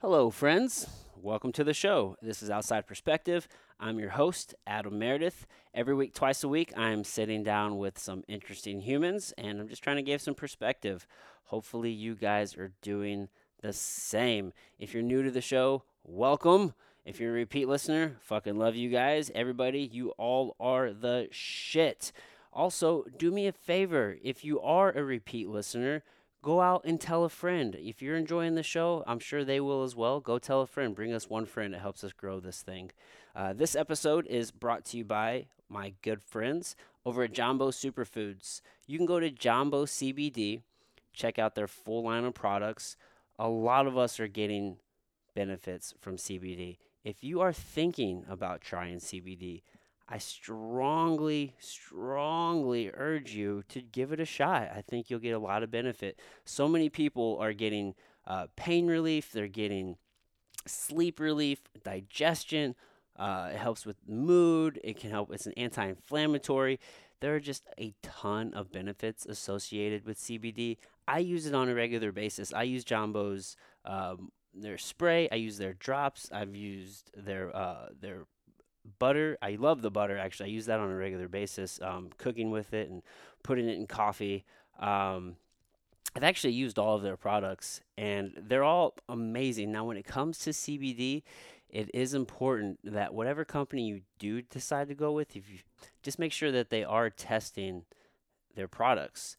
Hello, friends. Welcome to the show. This is Outside Perspective. I'm your host, Adam Meredith. Every week, twice a week, I'm sitting down with some interesting humans and I'm just trying to give some perspective. Hopefully, you guys are doing the same. If you're new to the show, welcome. If you're a repeat listener, fucking love you guys. Everybody, you all are the shit. Also, do me a favor if you are a repeat listener, go out and tell a friend. If you're enjoying the show, I'm sure they will as well. Go tell a friend. Bring us one friend. It helps us grow this thing. Uh, this episode is brought to you by my good friends over at Jumbo Superfoods. You can go to Jumbo CBD, check out their full line of products. A lot of us are getting benefits from CBD. If you are thinking about trying CBD, I strongly, strongly urge you to give it a shot. I think you'll get a lot of benefit. So many people are getting uh, pain relief, they're getting sleep relief, digestion. Uh, it helps with mood. It can help. It's an anti inflammatory. There are just a ton of benefits associated with CBD. I use it on a regular basis. I use Jumbo's. Um, their spray. I use their drops. I've used their uh, their butter. I love the butter actually. I use that on a regular basis, um, cooking with it and putting it in coffee. Um, I've actually used all of their products and they're all amazing. Now, when it comes to CBD, it is important that whatever company you do decide to go with, if you just make sure that they are testing their products.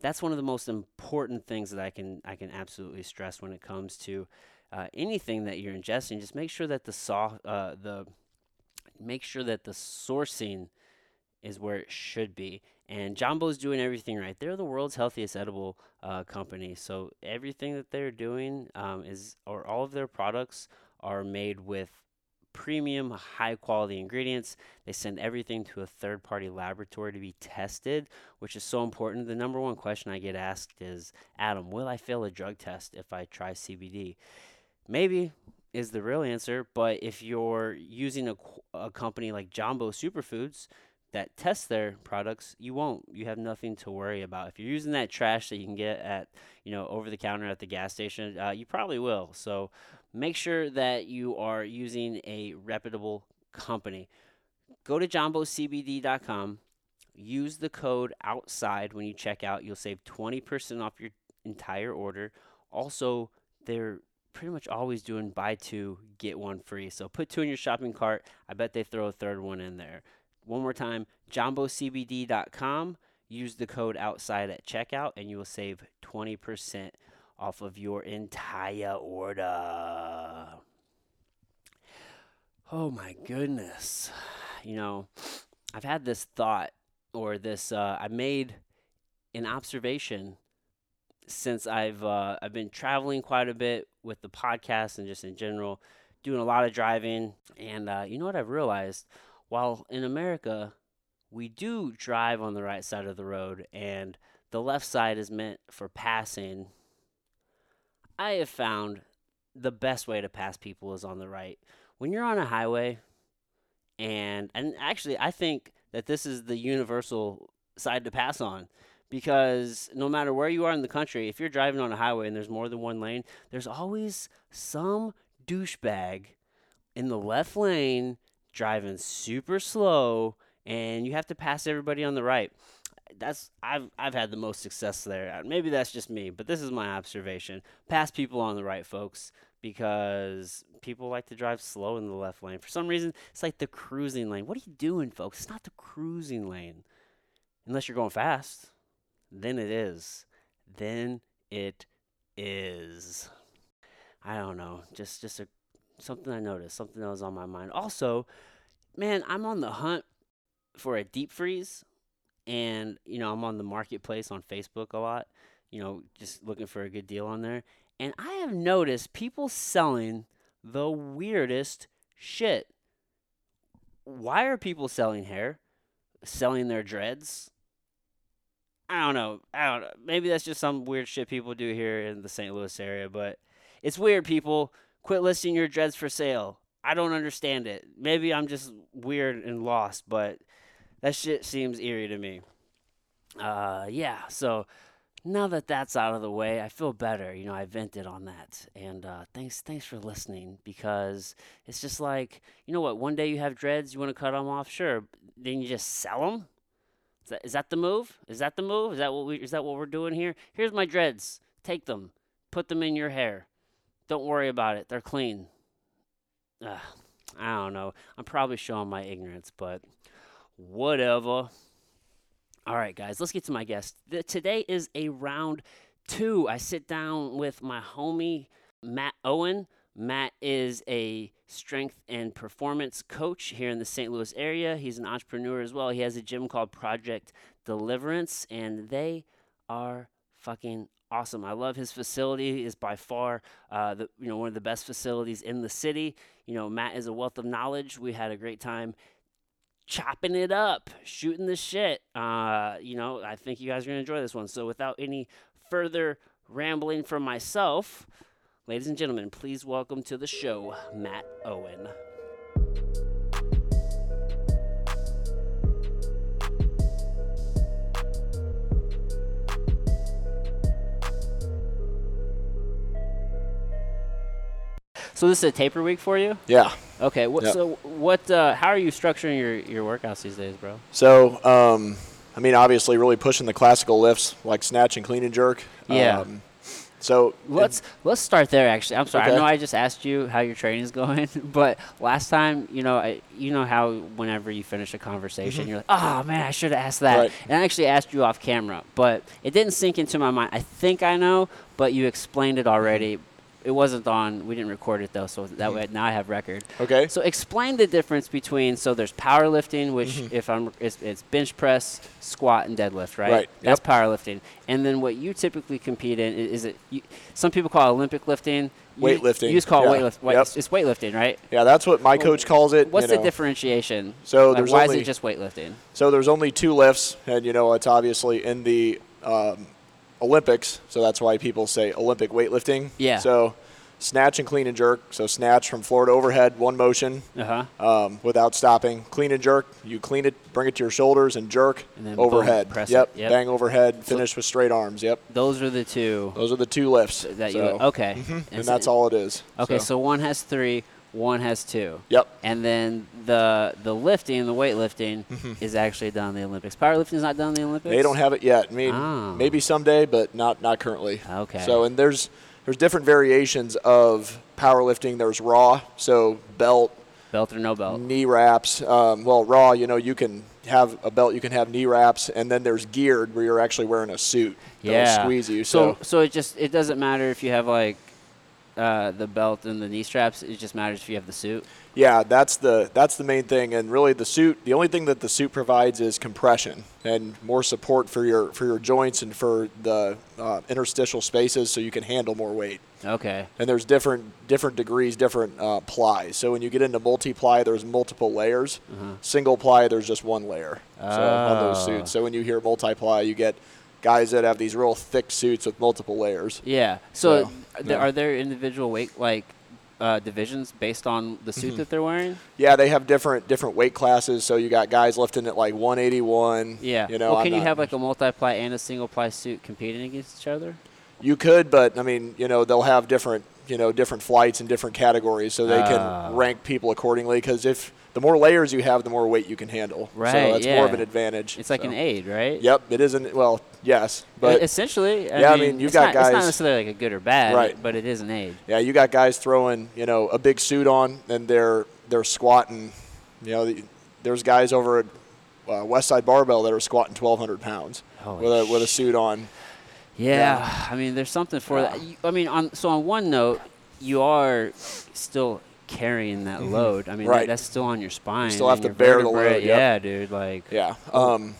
That's one of the most important things that I can I can absolutely stress when it comes to uh, anything that you're ingesting. Just make sure that the soft uh, the make sure that the sourcing is where it should be. And Jumbo's doing everything right. They're the world's healthiest edible uh, company. So everything that they're doing um, is, or all of their products are made with premium, high quality ingredients. They send everything to a third party laboratory to be tested, which is so important. The number one question I get asked is Adam, will I fail a drug test if I try CBD? Maybe, is the real answer. But if you're using a, qu- a company like Jumbo Superfoods that tests their products, you won't. You have nothing to worry about. If you're using that trash that you can get at, you know, over the counter at the gas station, uh, you probably will. So make sure that you are using a reputable company. Go to jumbocbd.com. Use the code outside when you check out. You'll save 20% off your entire order. Also, they're pretty much always doing buy two, get one free. So put two in your shopping cart. I bet they throw a third one in there. One more time, jombocbd.com. Use the code outside at checkout and you will save 20% off of your entire order. Oh my goodness. You know, I've had this thought or this, uh, I made an observation since I've uh, I've been traveling quite a bit with the podcast and just in general, doing a lot of driving. And uh, you know what I've realized? While in America, we do drive on the right side of the road, and the left side is meant for passing. I have found the best way to pass people is on the right. When you're on a highway, and and actually, I think that this is the universal side to pass on because no matter where you are in the country, if you're driving on a highway and there's more than one lane, there's always some douchebag in the left lane driving super slow and you have to pass everybody on the right. That's I've I've had the most success there. Uh, Maybe that's just me, but this is my observation. Pass people on the right, folks, because people like to drive slow in the left lane. For some reason, it's like the cruising lane. What are you doing, folks? It's not the cruising lane. Unless you're going fast then it is. Then it is. I don't know. Just just a something I noticed, something that was on my mind. Also, man, I'm on the hunt for a deep freeze and you know, I'm on the marketplace on Facebook a lot, you know, just looking for a good deal on there. And I have noticed people selling the weirdest shit. Why are people selling hair? Selling their dreads? I don't know. I don't know. Maybe that's just some weird shit people do here in the St. Louis area, but it's weird, people. Quit listing your dreads for sale. I don't understand it. Maybe I'm just weird and lost, but that shit seems eerie to me. Uh, yeah, so now that that's out of the way, I feel better. You know, I vented on that, and uh, thanks, thanks for listening because it's just like you know what. One day you have dreads, you want to cut them off, sure. but Then you just sell them. Is that, is that the move? Is that the move? Is that what we? Is that what we're doing here? Here's my dreads. Take them. Put them in your hair. Don't worry about it. They're clean. Ugh, I don't know. I'm probably showing my ignorance, but whatever. All right, guys, let's get to my guest. The, today is a round two. I sit down with my homie, Matt Owen. Matt is a strength and performance coach here in the St. Louis area. He's an entrepreneur as well. He has a gym called Project Deliverance, and they are fucking awesome. I love his facility. is by far uh, the, you know one of the best facilities in the city. You know, Matt is a wealth of knowledge. We had a great time chopping it up, shooting the shit. Uh, you know, I think you guys are gonna enjoy this one. So without any further rambling from myself, ladies and gentlemen, please welcome to the show Matt Owen. So this is a taper week for you? Yeah. Okay, what, Yep. so what? Uh, how are you structuring your, your workouts these days, bro? So, um, I mean, obviously, really pushing the classical lifts like snatch and clean and jerk. Yeah. Um, so Let's let's start there. Actually, I'm sorry. I Okay. know I just asked you how your training's going, but last time, you know, I, you know how whenever you finish a conversation, you're like, "Oh man, I should have asked that," Mm-hmm. Right. and I actually asked you off camera, but it didn't sink into my mind. I think I know, but you explained it already. Mm-hmm. It wasn't on. We didn't record it though, so that way now I have record. okay. So explain the difference between so there's powerlifting, which Mm-hmm. if I'm it's, it's bench press, squat, and deadlift, right? Right, That's powerlifting, and then what you typically compete in i- is, it. You, some people call it Olympic lifting. You- Weightlifting, You just call it yeah, weightlift. Weight, yep. it's, it's weightlifting, right? yeah, that's what my coach calls it. What's you the know. differentiation? So Like, there's why is only- it just weightlifting? So there's only two lifts, and you know it's obviously in the um, Olympics, so that's why people say Olympic weightlifting. Yeah. So snatch and clean and jerk. So snatch from floor to overhead, one motion. Uh huh. Um, without stopping, clean and jerk. You clean it, bring it to your shoulders, and jerk And then boom, overhead. press it. yep. Yep. bang overhead. Finish with straight arms. Yep, Those are the two those are the two lifts. that you So- mm-hmm. okay, and so- that's all it is. Okay, so. one has three, one has two. Yep. And then the the lifting, the weightlifting, is actually done in the Olympics. Powerlifting is not done in the Olympics. they don't have it yet. I mean, Ah. maybe someday, but not not currently. Okay. So and there's there's different variations of powerlifting. There's raw, so belt, belt or no belt. knee wraps. Um, well, raw, you know, you can have a belt, you can have knee wraps, and then there's geared where you're actually wearing a suit. that'll Yeah. squeeze you. So So, so it just it doesn't matter if you have like uh, the belt and the knee straps. It just matters if you have the suit. yeah, that's the that's the main thing. And really, the suit, the only thing that the suit provides is compression and more support for your for your joints and for the uh, interstitial spaces, so you can handle more weight. Okay. and there's different different degrees, different uh, plies. So when you get into multi ply, there's multiple layers. Mm-hmm. Single ply, there's just one layer. So on those Oh. suits. So when you hear multi ply, you get guys that have these real thick suits with multiple layers. Yeah. So So, th- no. are there individual weight like uh, divisions based on the Mm-hmm. suit that they're wearing? Yeah, they have different different weight classes. So you got guys lifting at like 181. Yeah. You know, well, I'm can you not- have like a multiply and a single ply suit competing against each other? You could, but I mean, you know, they'll have different, you know, different flights and different categories, so they Ah. can rank people accordingly. Because if the more layers you have, the more weight you can handle. Right, So that's more yeah. of an advantage. It's like so. an aid, right? Yep, it isn't. Well, yes, But but E-, essentially, I yeah, I mean, mean, you've it's got not, It's not guys- necessarily like a good or bad, Right. But it is an aid. yeah, you got guys throwing you know a big suit on and they're they're squatting. You know, the- there's guys over at uh, West Side Barbell that are squatting 1,200 pounds Holy with a, with a suit on. Yeah, Yeah. I mean, there's something for Yeah. that. You- I mean, on so on one note, you are still carrying that load. I mean, that- Mm-hmm. Right. that's still on your spine. still have and to your bear the vertebrae. load, yep. Yeah, dude. Like, Yeah. Um,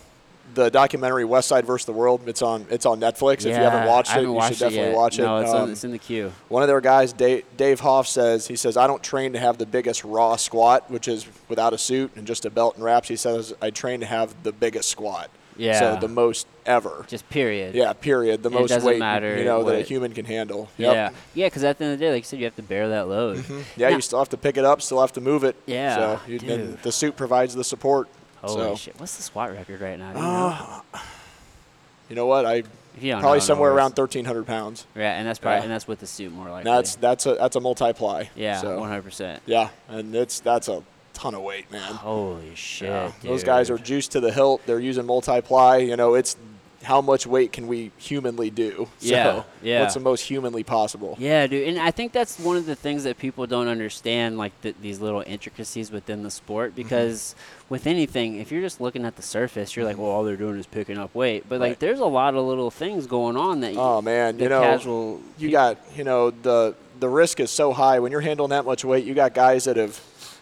the documentary West Side versus the World. It's on it's on Netflix. if you haven't yeah, watched I it, haven't you watched should definitely yet. watch it. No, it's, on, Um, it's in the queue. One of their guys, Dave, Dave Hoff, says he says I don't train to have the biggest raw squat, which is without a suit and just a belt and wraps. He says I train to have the biggest squat. Yeah. So the most ever. Just period. yeah. Period. The It most doesn't weight matter you know that a what- human can handle. Yep. Yeah. Yeah, because at the end of the day, like you said, you have to bear that load. Mm-hmm. Yeah. Now- you still have to pick it up. Still have to move it. Yeah, So you, dude. and the suit provides the support. Holy so Uh, shit! What's the squat record right now? Do you know? you know what I If you don't probably know, no somewhere worries. around 1,300 pounds. Yeah, and that's probably Yeah. and that's with the suit more likely. And that's that's a that's a multi ply. yeah, So, one hundred percent. yeah, and it's that's a ton of weight, man. Holy Oh, shit! Yeah, Those guys are dude. juiced to the hilt. They're using multi ply. You know, it's how much weight can we humanly do? Yeah, So yeah. What's the most humanly possible? Yeah, dude, and I think that's one of the things that people don't understand, like th these little intricacies within the sport. Mm-hmm. Because with anything, if you're just looking at the surface, you're like, well, all they're doing is picking up weight. But like, Mm-hmm. Right. there's a lot of little things going on that you, Oh man, the you know, casual you peop- got you know the the risk is so high when you're handling that much weight. You got guys that have.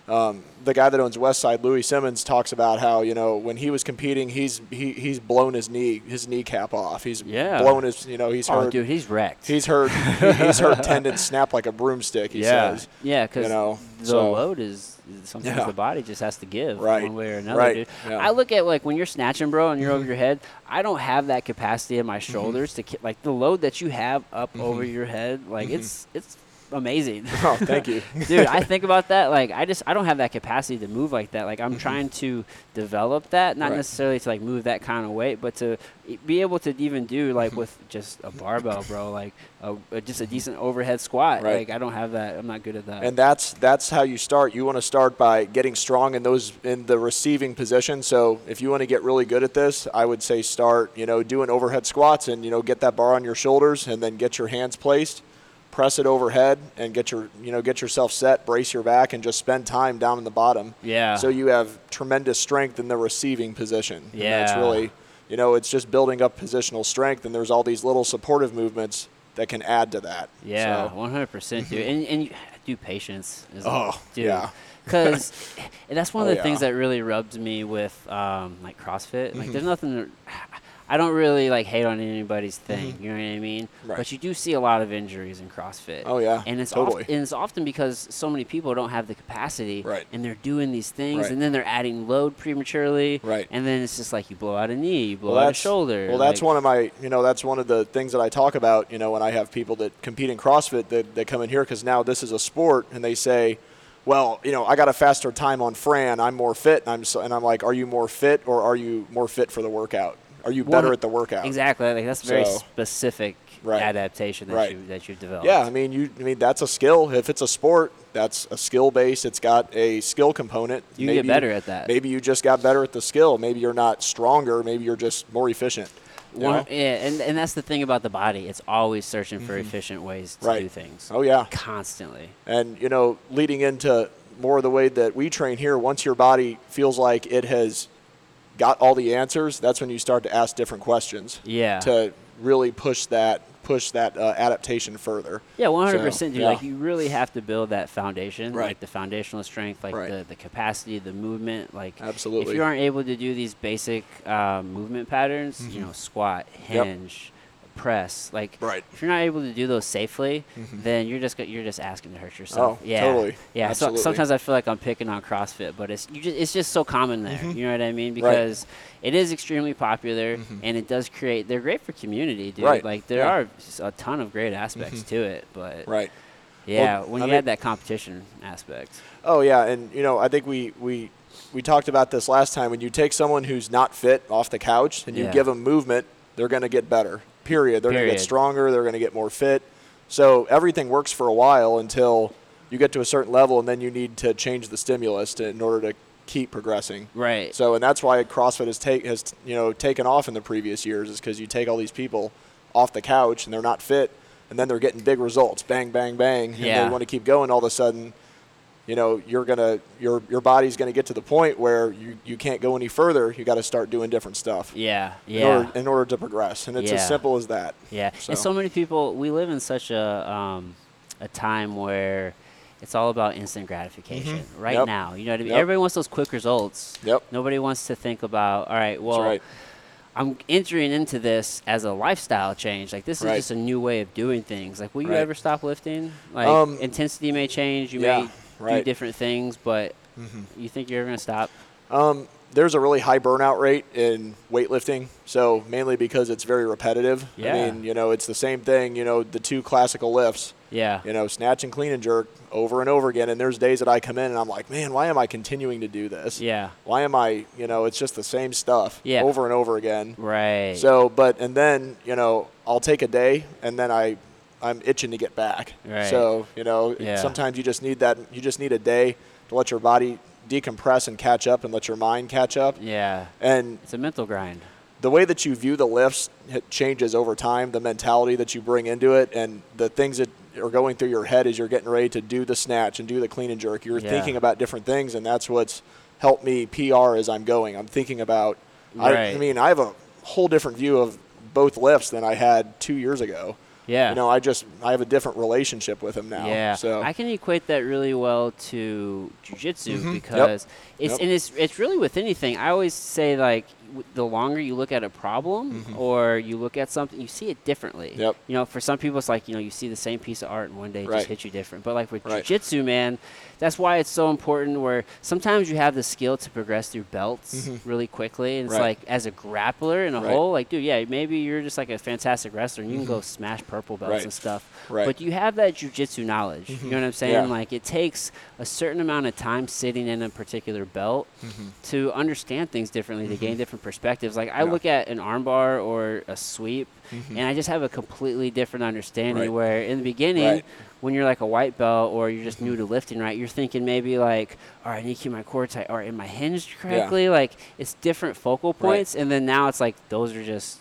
Um, the guy that owns Westside, Louis Simmons, talks about how you know when he was competing, he's he, he's blown his knee his kneecap off. He's Yeah. blown his you know he's Oh, hurt dude, he's wrecked. he's hurt he's hurt tendons snap like a broomstick. He yeah, says. yeah, because you know, the so- load is is sometimes Yeah. the body just has to give Right. one way or another, Right. dude. Yeah. Mm-hmm. I look at like when you're snatching, bro, and you're over your head. I don't have that capacity in my shoulders to ki- like the load that you have up Mm-hmm. over your head. Like it's it's amazing. Oh, thank you. dude i think about that like i just i don't have that capacity to move like that like i'm trying to develop that not Mm-hmm. Right. necessarily to like move that kind of weight but to e- be able to even do like with just a barbell bro like a, a- just a decent overhead squat Right. like i don't have that i'm not good at that and that's that's how you start. You want to start by getting strong in those in the receiving position. So if you want to get really good at this, I would say start you know doing overhead squats and you know get that bar on your shoulders and then get your hands placed, press it overhead and get your you know get yourself set, brace your back, and just spend time down in the bottom. Yeah. So you have tremendous strength in the receiving position. And that's Yeah. really you know it's just building up positional strength, and there's all these little supportive movements that can add to that. yeah So- Mm-hmm. 100% dude and and you, do patience is Oh, dude. yeah. Because that's one of Oh, the things yeah. Mm-hmm. that really rubs me with um, like CrossFit. Like, there's nothing. that- I don't really like hate on anybody's thing. You know what I mean? Mm-hmm. Right. But you do see a lot of injuries in CrossFit. Oh, yeah, And it's totally. oft- and it's often because so many people don't have the capacity. Right. And they're doing these things, Right. and then they're adding load prematurely. Right. And then it's just like you blow out a knee, you blow well, out a that's, shoulder. Well, that's like- one of my, you know, that's one of the things that I talk about, you know, when I have people that compete in CrossFit that, that come in here because now this is a sport and they say, well, you know, I got a faster time on Fran. I'm more fit. And I'm, so, and I'm like, are you more fit or are you more fit for the workout? Are you better One- at the workout? Exactly. Like that's a very So- specific Right. adaptation that Right. you that you've developed. Yeah, I mean, you, I mean, that's a skill. If it's a sport, that's a skill base. It's got a skill component. You get better at that. Maybe you just got better at the skill. Maybe you're not stronger. Maybe you're just more efficient. you One, know? yeah, and, and that's the thing about the body. It's always searching for efficient ways to Mm-hmm. Right. do things. Oh yeah. Constantly. And you know, leading into more of the way that we train here, once your body feels like it has got all the answers, that's when you start to ask different questions. Yeah. To really push that push that uh, adaptation further. Yeah, one hundred So, percent, dude. yeah. Like you really have to build that foundation, Right. like the foundational strength, like Right. the, the capacity, the movement. Like if Absolutely. you aren't able to do these basic uh, movement patterns, you know, squat, Mm-hmm. Yep. hinge, press. Like Right. Mm-hmm. if you're not able to do those safely, then you're just go- you're just asking to hurt yourself. Oh, yeah, totally. Yeah. So, Absolutely. sometimes I feel like I'm picking on CrossFit, but it's you just, it's just so common there. You know what I mean? Mm-hmm. Right. Mm-hmm. Because it is extremely popular, and it does create. They're great for community, dude. Right. Like there Yeah. are s- a ton of great aspects to it, but Mm-hmm. Right. yeah, Well, when I you mean- had that competition aspect, Oh yeah, and you know, I think we we we talked about this last time. When you take someone who's not fit off the couch and you Yeah. give them movement, they're going to get better. Period. They're going to get Period. stronger. They're going to get more fit. So everything works for a while until you get to a certain level, and then you need to change the stimulus to, in order to keep progressing. right? So, and that's why CrossFit has take has you know taken off in the previous years is because you take all these people off the couch and they're not fit, and then they're getting big results, bang, bang, bang, and Yeah. they want to keep going. All of a sudden, you know, you're gonna your your body's gonna get to the point where you you can't go any further. You got to start doing different stuff. yeah, In yeah, order, in order to progress, and it's Yeah. as simple as that. yeah. So. And so many people, we live in such a um, a time where it's all about instant gratification right Mm-hmm. Yep. now. You know what I mean? Yep. Everybody wants those quick results. Yep. Nobody wants to think about, all right, well, That's right. I'm entering into this as a lifestyle change. Like this is Right. just a new way of doing things. Like, will you Right. ever stop lifting? Like Um, intensity may change. You yeah, may do right. Mm-hmm. different things, but you think you're ever gonna stop? there's a really high burnout rate in weightlifting. So mainly because it's very repetitive. Yeah. I mean, you know, it's the same thing. You know, the two classical lifts. Yeah. You know, snatch and clean and jerk over and over again. And there's days that I come in and I'm like, man, why am I continuing to do this? Yeah. Why am I? You know, it's just the same stuff. Yeah. Over and over again. Right. So, but and then you know, I'll take a day, and then I, I'm itching to get back. Right. So you know, Yeah. sometimes you just need that. You just need a day to let your body decompress and catch up, and let your mind catch up. yeah. And It's a mental grind. the way that you view the lifts it changes over time. The mentality that you bring into it, and the things that are going through your head as you're getting ready to do the snatch and do the clean and jerk. You're Yeah. thinking about different things, and that's what's helped me PR as I'm going. I'm thinking about. I, Right. I mean, I have a whole different view of both lifts than I had two years ago. Yeah. You know, I just I have a different relationship with them now. Yeah, So I can equate that really well to jujitsu because it's Mm-hmm. Yep. and it's it's really with anything. I always say like w- the longer you look at a problem or you look at something, you see it differently. Mm-hmm. Yep. You know, for some people, it's like you know you see the same piece of art and one day it Right. just hits you different. But like with Right. jujitsu, man, that's why it's so important. Where sometimes you have the skill to progress through belts really quickly, and it's Mm-hmm. Right. like as a grappler in a Right. whole, like dude, yeah, maybe you're just like a fantastic wrestler and you can go smash purple belts Mm-hmm. Right. and stuff. Right. But you have that jujitsu knowledge. You know what I'm saying? Mm-hmm. Yeah. Like it takes a certain amount of time sitting in a particular belt Mm-hmm. to understand things differently, to gain different perspectives. Like I Yeah. Mm-hmm. look at an armbar or a sweep, and I just have a completely different understanding. Right. Where in the beginning, Right. Mm-hmm. when you're like a white belt or you're just new to lifting, right? You're thinking maybe like, all right, I need to keep my core tight, or am I hinged correctly? Like it's different focal points, and then now it's like those are just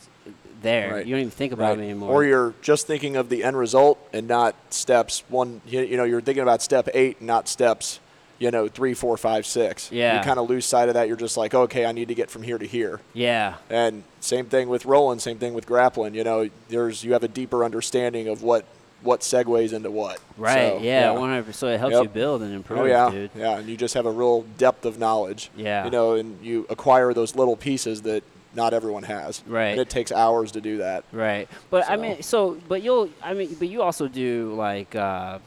there. Right. You don't even think about Right. them anymore. Or you're just thinking of the end result and not steps one. You, you know, you're thinking about step eight, not steps. You know, three, four, five, six. Yeah. You kind of lose sight of that. You're just like, okay, I need to get from here to here. yeah. And same thing with rolling. Same thing with grappling. You know, there's you have a deeper understanding of what what segues into what. Right. So, yeah. One hundred percent. It helps Yep. you build and improve, Oh yeah, dude. yeah, and you just have a real depth of knowledge. Yeah. you know, and you acquire those little pieces that not everyone has. Right. and it takes hours to do that. Right. But I So- mean, so but you'll I mean, but you also do like uh,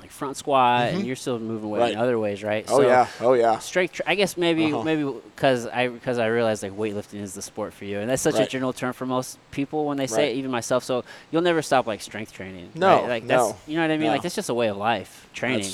like front squat, and you're still moving away Mm-hmm. Right. in other ways, right? Oh so yeah, oh yeah. Strength. Tra- I guess maybe Uh-huh. maybe because I because I realized like weightlifting is the sport for you, and that's such a Right. general term for most people when they say Right. it, even myself. So you'll never stop like strength training. No, right? Like that's no, you know what I mean. no. Like that's just a way of life. Training.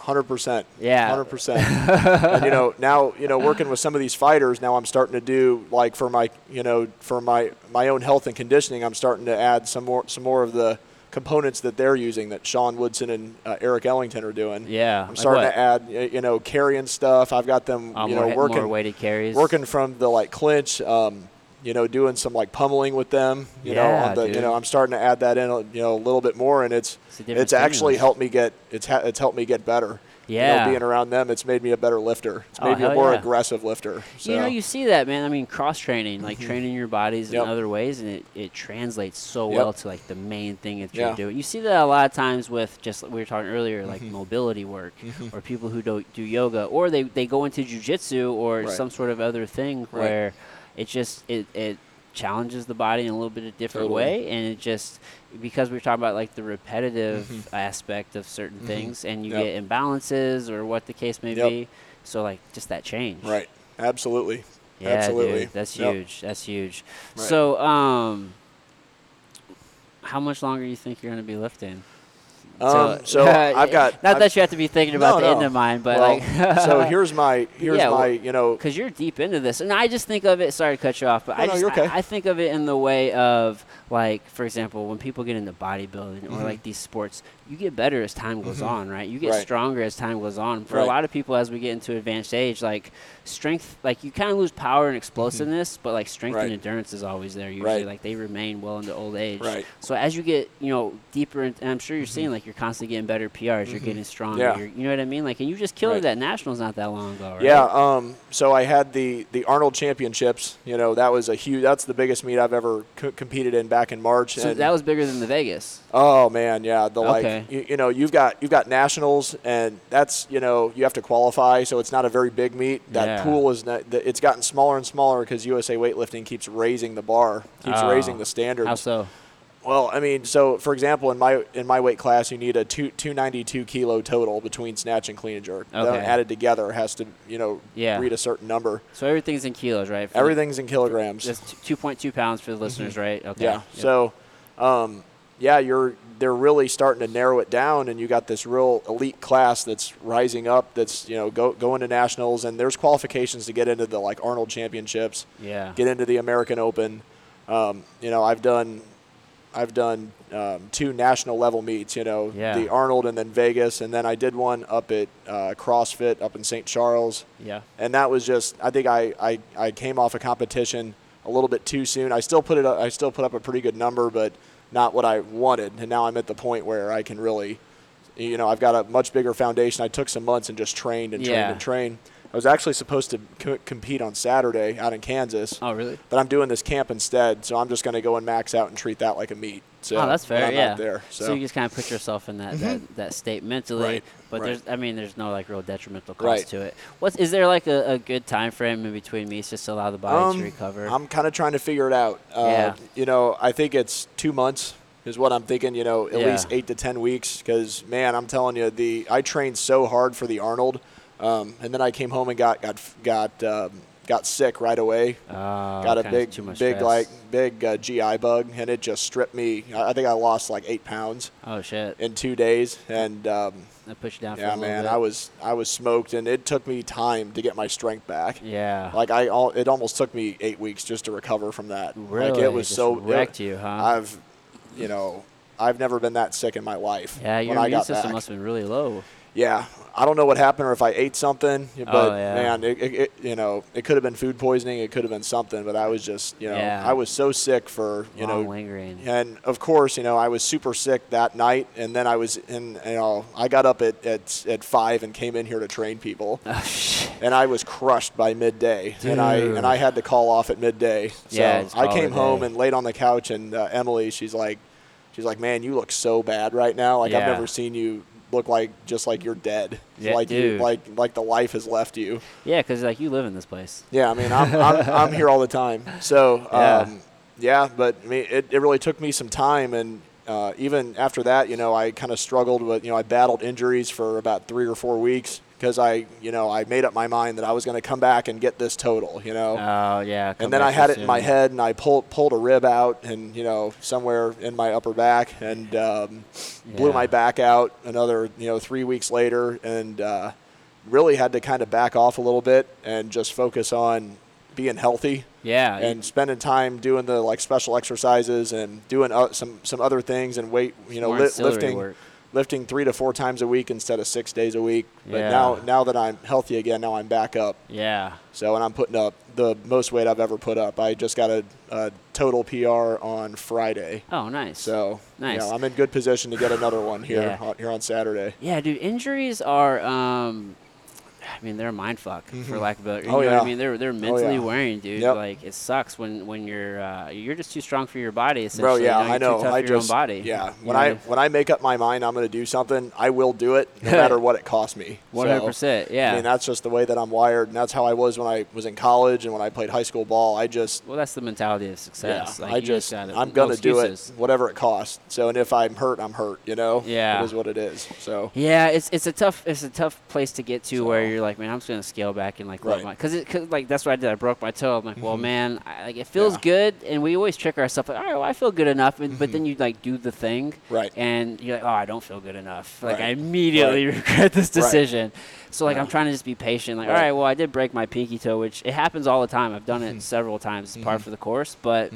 Hundred percent. Yeah. Hundred percent. And you know now you know working with some of these fighters now I'm starting to do like for my you know for my my own health and conditioning I'm starting to add some more some more of the components that they're using that Sean Woodson and uh, Eric Ellington are doing. Yeah, I'm like starting what? to add y- you know carrying stuff. I've got them Uh, you more, know he- working more weighted carries. working from the like clinch. Um, you know, doing some like pummeling with them. You know, Yeah, on the, you dude. know, I'm starting to add that in. uh, You know, a little bit more, and it's It's a it's, different actually stimulus. helped me get it's ha- it's helped me get better. You know, Yeah. being around them, it's made me a better lifter. It's Oh, made me a hell more yeah. aggressive lifter. So. Mm-hmm. You know, you see that, man. I mean, cross training, like training your bodies Yep. in other ways, and it, it translates so Yep. well to like the main thing that you're Yeah. Mm-hmm. doing. You see that a lot of times with just like we were talking earlier, like mobility work, or people who don't do yoga, or they, they go into jujitsu or Right. some sort of other thing where it just it, it challenges the body in a little bit of different Totally. way, and it just because we were talking about like the repetitive aspect of certain things, and you Mm-hmm. Yep. get imbalances or what the case may Yep. be. So like just that change, right? Absolutely. yeah, Absolutely. dude, that's Yep. huge. That's huge. Right. So, um, how much longer do you think you're going to be lifting? Um, so I've got not I've- that you have to be thinking about the no, no. end of mine, but Well, like, so here's my here's Yeah, my well, you know because you're deep into this, and I just think of it. Sorry to cut you off, but No, I no, just you're okay. I, I think of it in the way of like, for example, when people get into bodybuilding or like these sports, you get better as time goes on, right? You get Mm-hmm. Right. stronger as time goes on. For a Right. lot of people, as we get into advanced age, like strength, like you kind of lose power and explosiveness, but like strength Mm-hmm. Right. and endurance is always there. Usually, Right. like they remain well into old age. Right. Mm-hmm. So as you get, you know, deeper, in, and I'm sure you're seeing like you're constantly getting better PRs. You're getting stronger. Yeah. You're, you know what I mean? Like, and you just killed Right. it at nationals not that long ago, right? Yeah. Um, so I had the the Arnold Championships. You know, that was a huge. That's the biggest meet I've ever co- competed in back in March. So and- that was bigger than the Vegas. Oh man, yeah. The Okay. like, you, you know, you've got you've got nationals, and that's you know you have to qualify, so it's not a very big meet. That Yeah. pool is not. the- It's gotten smaller and smaller because USA Weightlifting keeps raising the bar, keeps Oh. raising the standards. How so? Well, I mean, so for example, in my in my weight class, you need a two two ninety two kilo total between snatch and clean and jerk. That Okay. added together has to you know Yeah. read a certain number. So everything's in kilos, right? For Everything's in kilograms. The, that's two point two pounds for the listeners, right? Okay. Mm-hmm. Yeah. Yep. So, um, yeah, you're they're really starting to narrow it down, and you got this real elite class that's rising up. That's you know go, going to nationals, and there's qualifications to get into the like Arnold Championships, yeah. get into the American Open. Um, you know, I've done. I've done um, two national level meets, you know, Yeah. the Arnold and then Vegas, and then I did one up at uh, CrossFit up in St. Charles yeah. and that was just I think I, I, I came off a competition a little bit too soon. I still put it up- I still put up a pretty good number, but not what I wanted. And now I'm at the point where I can really, you know, I've got a much bigger foundation. I took some months and just trained and trained Yeah. and trained. I was actually supposed to co- compete on Saturday out in Kansas, Oh, really? but I'm doing this camp instead, so I'm just going to go and max out and treat that like a meet. So oh, that's when fair. I'm yeah. out there. So, you just kind of put yourself in that, that, that state mentally. Right, But right. there's, I mean, there's no like real detrimental cost Right. to it. What's is there like a, a good time frame in between meets just to allow the body Um, to recover? Oh, I'm kind of trying to figure it out. Yeah. Uh, You know, I think it's two months is what I'm thinking. You know, at Yeah. least eight to ten weeks. Because man, I'm telling you, the I trained so hard for the Arnold, um, and then I came home and got got got um, got sick right away. oh, got a kinda big too much big stress. like big uh, GI bug, and it just stripped me. I I think I lost like eight pounds Oh shit! in two days, and. Um, That pushed you down. yeah, for a little man, bit. I was I was smoked, and it took me time to get my strength back. Yeah. Like I, all, it almost took me eight weeks just to recover from that. really? Like it was just so wrecked it- you, huh? I've, you know, I've never been that sick in my life. yeah, your when I immune got system back. must have been really low. Yeah, I don't know what happened or if I ate something, but Oh, yeah. man, it, it, it, you know, it could have been food poisoning, it could have been something, but I was just, you know, Yeah. I was so sick for you Long know lingering. and of course, you know, I was super sick that night, and then I was in. You know, I got up at at, at five and came in here to train people, Oh, shit. and I was crushed by midday, and I Dude. and I had to call off at midday. So Yeah, just I call it came a home day. and laid on the couch, and uh, Emily, she's like, she's like, man, you look so bad right now. Like Yeah. I've never seen you look like just like you're dead. Yeah, like dude. you like like the life has left you. Yeah, because like you live in this place. Yeah, I mean, I'm, I'm, I'm here all the time. So, Yeah. um, yeah, but I mean, it, it really took me some time. And uh, even after that, you know, I kind of struggled with, you know, I battled injuries for about three or four weeks because I, you know, I made up my mind that I was going to come back and get this total, you know. Oh yeah. come and then back I had so it in my soon. head and I pulled, pulled a rib out and, you know, somewhere in my upper back and um, blew Yeah. my back out another, you know, three weeks later. And, uh, really had to kind of back off a little bit and just focus on being healthy Yeah. you- and spending time doing the like special exercises and doing uh, some some other things and weight you know More li- ancillary lifting work. lifting three to four times a week instead of six days a week but Yeah. now now that I'm healthy again now I'm back up yeah. so and I'm putting up the most weight I've ever put up I just got a, a total PR on Friday Oh nice. so Nice. you know, I'm in good position to get another one here Yeah. on, here on Saturday Yeah, dude, injuries are. Um, I mean, they're a mind fuck for lack of a. You Oh, know what I yeah. mean? They're they're mentally yeah. wearing, dude. Yep. Like it sucks when when you're uh, you're just too strong for your body. Bro, Essentially, yeah, you I You're know. too tough I for just your own body. yeah. You When know I what mean? when I make up my mind, I'm going to do something. I will do it, no matter what it costs me. So, 100%, yeah. I mean, that's just the way that I'm wired, and that's how I was when I was in college and when I played high school ball. I just well, that's the mentality of yeah, success. like, I you just gotta- I'm no going to do it, excuses. whatever it costs. So, and if I'm hurt, I'm hurt. You know, Yeah. it is what it is. So Yeah, it's it's a tough it's a tough place to get to where you're So- like, man, I'm just gonna scale back and like let Right. Mm-hmm. my because because like that's what I did. I broke my toe. I'm like, well, man, I, like it feels good, and we always trick ourselves like, all right, well, I feel good enough, and, but then you like do the thing, Mm-hmm. Right. And you're like, oh, I don't feel good enough. Like I Right. immediately regret this decision. So like Yeah. I'm trying to just be patient. Like, all Right. Mm-hmm. right, well, I did break my pinky toe, which it happens all the time. I've done it several times. It's part of the course, but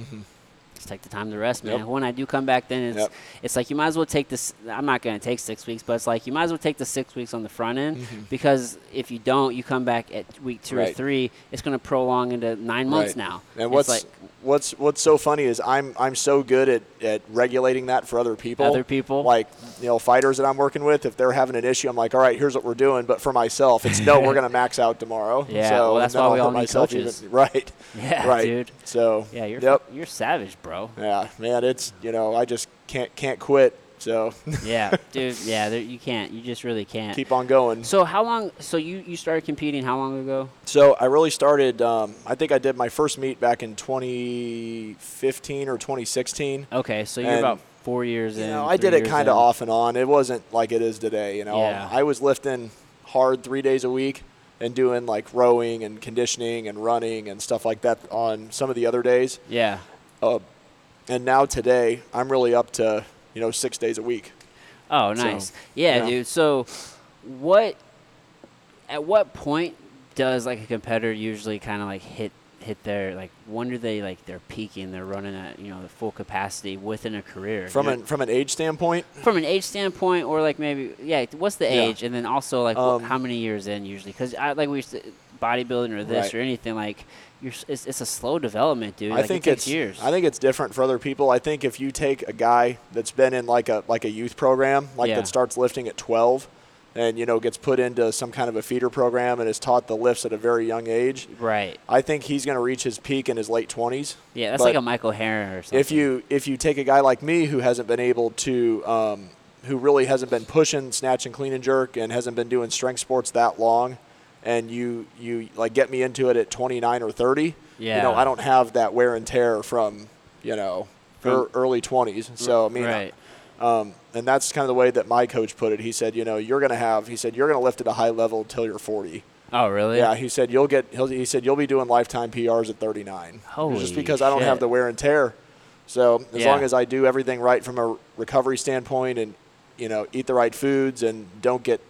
just take the time to rest, man. Yep. When I do come back, then it's Yep. it's like you might as well take this. I'm not going to take six weeks, but it's like you might as well take the six weeks on the front end because if you don't, you come back at week two or Mm-hmm. Right. three, it's going to prolong into nine months Right. now. And It's what's like what's what's so funny is I'm I'm so good at, at regulating that for other people. Other people? like you know fighters that I'm working with, if they're having an issue, I'm like, all right, here's what we're doing. But for myself, it's no, we're gonna max out tomorrow. Yeah, so, well, and that's then why I'll we hurt all need myself coaches. Even, right. Yeah, right. dude. So yeah, you're yep. you're savage, bro. Yeah, man, it's you know I just can't can't quit So yeah, dude. Yeah, there, you can't. You just really can't. keep on going. so how long? So you you started competing how long ago? So I really started. Um, I think I did my first meet back in 2015 or 2016. Okay, so you're And- about four years You in. know, I three did it years kind of in. off and on. It wasn't like it is today. You know, Yeah. I was lifting hard three days a week and doing like rowing and conditioning and running and stuff like that on some of the other days. uh, Yeah. And now today, I'm really up to you know six days a week. Oh, So, nice. yeah, yeah. dude. So, what? At what point does like a competitor usually kind of like hit hit their like? When do they like they're peaking? They're running at you know the full capacity within a career. From You an from an age standpoint, know, from an age standpoint, or like maybe yeah, what's the Yeah. age? And then also like wh- Um, how many years in usually? Because I like we used to bodybuilding or this Right. or anything like. You're, s- it's, it's a slow development, dude. I like, think it takes it's years. I think it's different for other people. I think if you take a guy that's been in like a like a youth program, like Yeah. that starts lifting at 12 and you know gets put into some kind of a feeder program and is taught the lifts at a very young age, right. I think he's going to reach his peak in his late 20s. Yeah, that's But like a Michael Heron or something. If you if you take a guy like me who hasn't been able to um, who really hasn't been pushing snatch and clean and jerk and hasn't been doing strength sports that long and you you like get me into it at 29 or 30 you know Yeah. I don't have that wear and tear from you know er, early 20s so I mean right. um, and that's kind of the way that my coach put it he said you know you're going to have he said you're going to lift at a high level till you're 40 Oh, really? yeah, he said you'll get. He'll, he said you'll be doing lifetime PRs at 39. Holy just because I don't have shit. the wear and tear. So as Yeah. long as I do everything right from a recovery standpoint, and you know, eat the right foods, and don't get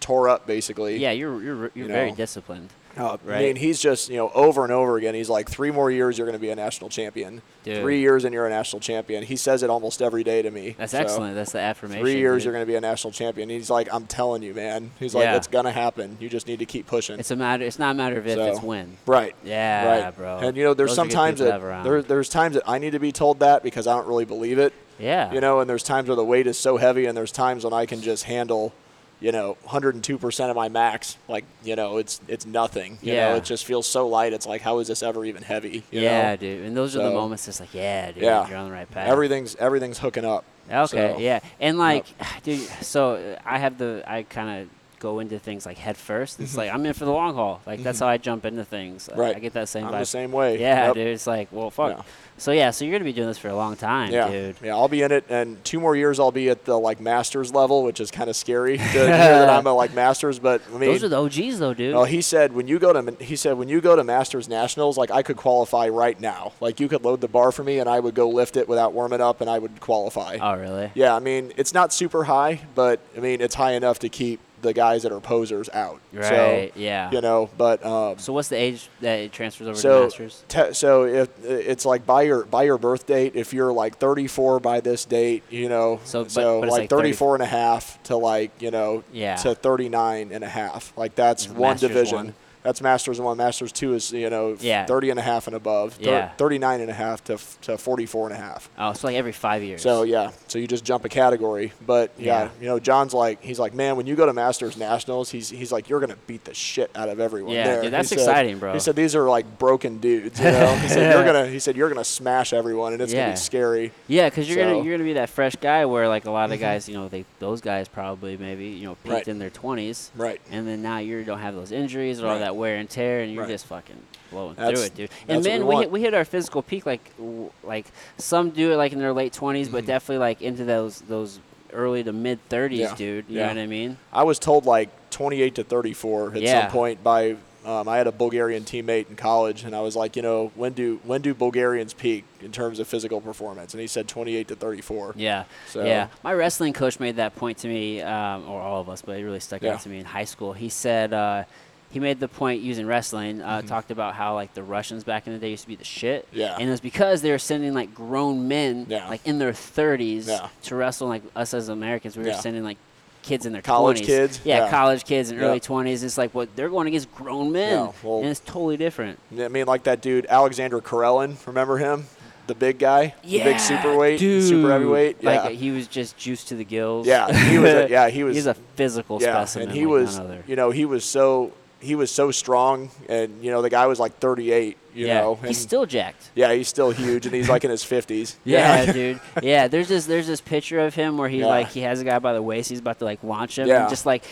tore up, basically. Yeah, you're you're you're You very know. disciplined. Uh, I right. mean, he's just you know over and over again. He's like, three more years, you're going to be a national champion. Dude. Three years, and you're a national champion. He says it almost every day to me. That's So, excellent. That's the affirmation. Three years, dude. you're going to be a national champion. He's like, I'm telling you, man. He's like, Yeah. it's going to happen. You just need to keep pushing. It's a matter. It's not a matter of if. It's So, when. Right. Yeah, right. bro. And you know, there's Those are good sometimes people to that have around. there, there's times that I need to be told that because I don't really believe it. Yeah. You know, and there's times where the weight is so heavy, and there's times when I can just handle, you know, 102 percent of my max. Like, you know, it's it's nothing. You Yeah. know, it just feels so light. It's like, how is this ever even heavy? You yeah, know? dude. And those are the So- moments. It's like, yeah, dude. Yeah. You're on the right path. Everything's everything's hooking up. Okay. So, yeah. And like, dude. So uh, I have the. I kind of go into things like head first. It's like I'm in for the long haul. Like that's how I jump into things. I- Right. I get that same I'm vibe. the same way. Yeah, Yep. dude. It's like, well, fuck. Yeah. So yeah. So you're gonna be doing this for a long time, Yeah, dude. yeah, I'll be in it, and two more years I'll be at the like masters level, which is kind of scary to hear that I'm at like masters. But I mean, Oh, Those are the OGs, though, dude. Well, he said when you go to he said when you go to Masters Nationals, like I could qualify right now. Like you could load the bar for me, and I would go lift it without warming up, and I would qualify. oh, really? Yeah, I mean it's not super high, but I mean it's high enough to keep the guys that are posers out. Right. So, yeah. You know, but um, So what's the age that it transfers over to so masters? te- so if it's like by your by your birth date, if you're like 34 by this date, you know, So, but- but it's like, like 30 34 and a half to like you know Yeah. to 39 and a half, like that's Is one Masters division. one? That's Masters one. Masters two is you know Yeah. 30 and a half and above. Thir- Yeah. 39 and a half to f- to 44 and a half. Oh, so like every five years. So yeah, so you just jump a category, but yeah, Yeah. you know, John's like, he's like, man, when you go to Masters Nationals, he's he's like, you're gonna beat the shit out of everyone. Yeah, there. dude, that's He said- exciting, bro. He said these are like broken dudes. You know, he said you're gonna, he said you're gonna smash everyone, and it's gonna Yeah. be scary. yeah, because you're so- Mm-hmm. gonna you're gonna be that fresh guy where like a lot of guys, you know, they those guys probably maybe you know peaked Right. in their twenties, Right. and then now you don't have those injuries or all Right. that wear and tear, and you're Right. just fucking blowing That's- through it, dude. that's what And we men, we, hit, want. we hit our physical peak like w- like some do it like in their late 20s Mm-hmm. but definitely like into those those early to mid thirties, Yeah. dude. You Yeah. know what I mean? I was told like 28 to 34 at Yeah. some point by. Um, I had a Bulgarian teammate in college, and I was like, you know, when do when do Bulgarians peak in terms of physical performance? And he said 28 to 34. Yeah. So- Yeah. My wrestling coach made that point to me, um, or all of us, but it really stuck Yeah. out to me in high school. He said uh, he made the point using wrestling, uh, talked about how like the Russians back in the day used to be the shit. Mm-hmm. Yeah. And it was because they were sending like grown men, Yeah. like in their 30s, Yeah. to wrestle. Like us as Americans, we were Yeah. sending like kids in their College 20s. kids? Yeah, Yeah. college kids in Yeah. early 20s. It's like what they're going against grown men, Yeah, well- and it's totally different. I mean, like that dude Alexander Karelin. Remember him? The big guy, the big superweight, super heavyweight. Yeah, Like he was just juiced to the gills. Yeah, he was a- yeah, he was- He's a physical yeah. specimen. and he like was, none other. you know, he was so he was so strong, and you know, the guy was like 38. you yeah. know. and- he's still jacked. yeah, he's still huge, and he's like in his fifties. Yeah, dude. Yeah, there's this there's this picture of him where he Yeah. like he has a guy by the waist, he's about to like launch him, Yeah. and just like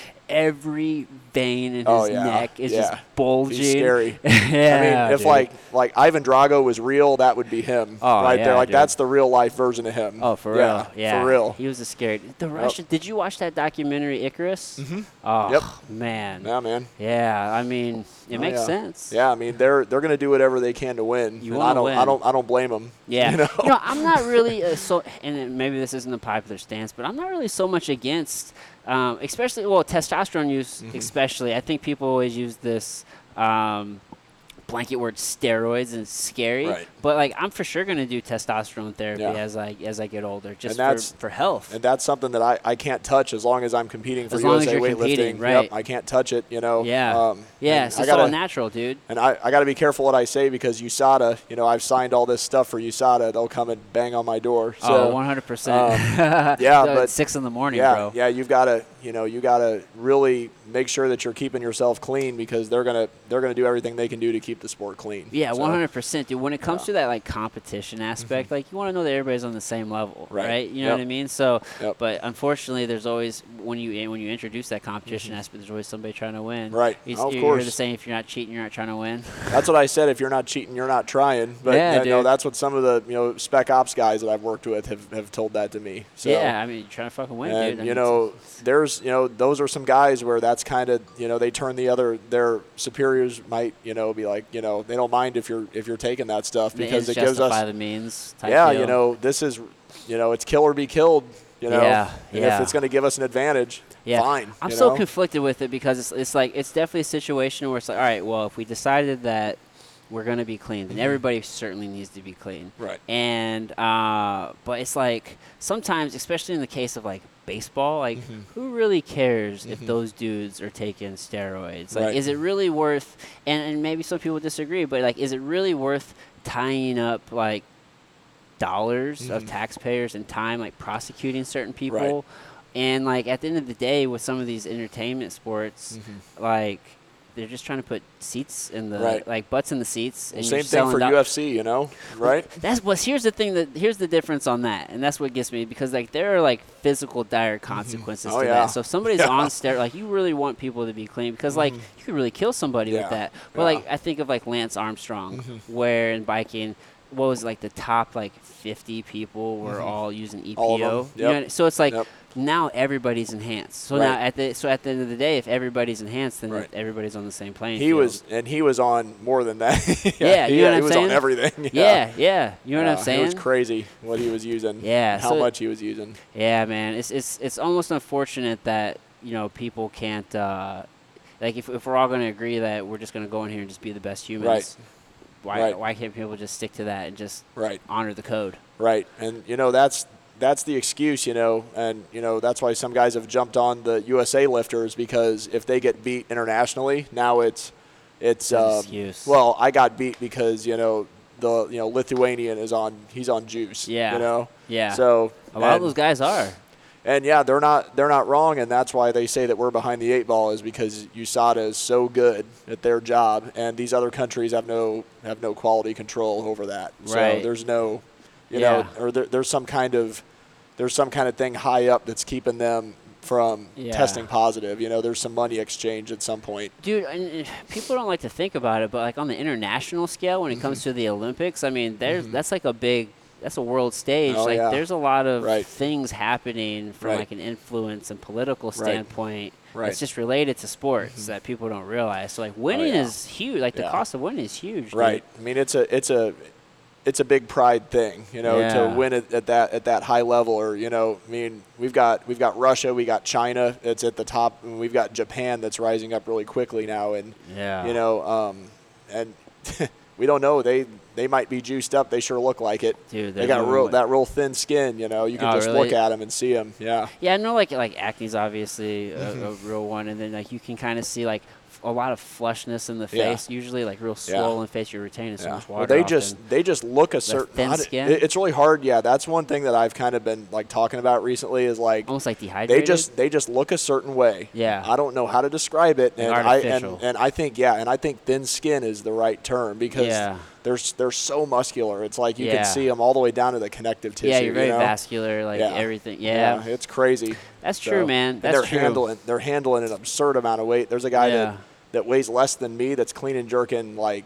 every vein in his Oh, yeah. neck is Yeah. just bulging. He's scary. yeah, I mean, if dude. like like Ivan Drago was real, that would be him Oh, right yeah, there. Like dude. that's the real life version of him. Oh, for yeah, real. Yeah. for real. Oh. He was a scared. The Russian. Did you watch that documentary, Icarus? Mm-hmm. Oh, Yep. man. Yeah, man. Yeah, I mean, it makes yeah. sense. Yeah, I mean they're they're gonna do whatever they can to win. You and wanna I don't win. I don't I don't blame them. Yeah. You know? I'm not really uh, so, and it- maybe this isn't a popular stance, but I'm not really so much against, um, especially, well, testosterone use, Mm-hmm. especially. I think people always use this. Um, blanket word steroids and it's scary Right. but like i'm for sure going to do testosterone therapy Yeah. as i as i get older just that's- for, for health And that's something that I, I can't touch as long as I'm competing for As long as USA you're weightlifting. competing, right. Yep, I can't touch it, you know. yeah Um, yeah and it's I just all gotta, natural dude and I, I got to be careful what I say because USADA, you know, I've signed all this stuff for USADA. They'll come and bang on my door. So um, oh, 100%. yeah, So but- it's six in the morning, yeah, bro. yeah, you've got to, you know, you got to really make sure that you're keeping yourself clean because they're gonna they're gonna do everything they can do to keep the sport clean. Yeah, So, Mm-hmm. one hundred percent, dude. When it comes to that like competition aspect, like you want to know that everybody's on the same level, right? Right. You know what I Yep. mean. So, Yep. but unfortunately, there's always when you eh, when you introduce that competition aspect, there's always somebody trying to win. Mm-hmm. Right. You, Oh, of you hear the course. saying, if you're not cheating, you're not trying to win. That's what I said. If you're not cheating, you're not trying. But Yeah, you know, dude. that's what some of the you know spec ops guys that I've worked with have, have told that to me. So yeah, I mean, you're trying to fucking win, dude. I and mean, you it's- know there's you know those are some guys where that's kind of you know they turn the other their superiors might you know be like you know they don't mind if you're if you're taking that stuff the ends because it gives justify us the means. Type yeah you deal. know this is you know it's kill or be killed you know Yeah, and yeah. if it's going to give us an advantage Yeah. fine I'm you so know? conflicted with it because it's, it's like it's definitely a situation where it's like, all right, well, if we decided that we're gonna be clean, Mm-hmm. then everybody certainly needs to be clean. Right. And uh, but it's like sometimes, especially in the case of like baseball, like Mm-hmm. who really cares if those dudes are taking steroids? Like, Right. is it really worth? And, and maybe some people disagree, but like, is it really worth tying up like dollars Mm-hmm. of taxpayers and time like prosecuting certain people and like at the end of the day with some of these entertainment sports like they're just trying to put seats in the Mm-hmm. Right. like butts in the seats and same you're thing selling for doll- UFC you know right that's what's here's the thing that here's the difference on that and that's what gets me because like there are like physical dire consequences Oh, to yeah. that so if somebody's Yeah. Mm-hmm. on steroids like you really want people to be clean because like you could really kill somebody Yeah. with that but Yeah. Mm-hmm. like i think of like lance armstrong where in biking what was it, like the top like 50 people were all using epo Mm-hmm. All of 'em. You know Yep. what I- so it's like Yep. now everybody's enhanced so now Right. at the so at the end of the day if everybody's enhanced then Right. everybody's on the same plane he was and he was on more than that Yeah, you he, know what he I'm was saying? on everything yeah yeah, you know what i'm saying it was crazy what he was using Yeah, and how so- much he was using Yeah, man, it's it's it's almost unfortunate that you know people can't uh, like if if we're all going to agree that we're just going to go in here and just be the best humans. Right. Why Right. why can't people just stick to that and just right honor the code? Right, and you know that's that's the excuse, you know, and you know that's why some guys have jumped on the USA lifters because if they get beat internationally, now it's it's an um, excuse. well, I got beat because you know the you know Lithuanian is on he's on juice, Yeah. you know, Yeah. So A lot of and- those guys are. and yeah, they're not they're not wrong, and that's why they say that we're behind the eight ball is because USADA is so good at their job, and these other countries have no have no quality control over that. So Right. there's no, you Yeah. know, or there, there's some kind of there's some kind of thing high up that's keeping them from Yeah. testing positive. You know, there's some money exchange at some point. Dude, and, and people don't like to think about it, but like on the international scale, when it Mm-hmm. comes to the Olympics, I mean, there's that's like a big, that's a world stage. Oh, like, yeah. there's a lot of Right. things happening from Right. like an influence and political Right. standpoint. Right. Mm-hmm. Oh, It's just related to sports that people don't realize. So like, winning yeah. is huge. Like the Yeah. cost of winning is huge. dude. Right. I mean, it's a it's a it's a big pride thing, you know, Yeah. to win at, at that at that high level. Or you know, I mean, we've got we've got Russia, we got China that's at the top, and we've got Japan that's rising up really quickly now. And Yeah. you know, um, and we don't know they they might be juiced up. They sure look like it. Dude, they they're got moving real like- that real thin skin. You know, you can Oh, just really? look at them and see them. Yeah. Yeah, I know like like acne's obviously a, a Mm-hmm. real one, and then like you can kind of see like f- a lot of flushness in the Yeah. face. Usually like real Yeah. swollen face, you're retaining so Yeah. much water. Well, they often. just they just look a certain. thin I d- skin? it- It's really hard. Yeah, that's one thing that I've kind of been like talking about recently. Is like almost like they dehydrated. just they just look a certain way. Yeah. I don't know how to describe it, Like and I and, artificial. and I think yeah, and I think thin skin is the right term because Yeah. They're s- they're so muscular. It's like you Yeah. can see them all the way down to the connective tissue. yeah, you're very you know? vascular, like Yeah. everything. Yeah, it's crazy. That's true, man. and That's they're true. handling they're handling an absurd amount of weight. There's a guy Yeah. that that weighs less than me that's clean and jerking like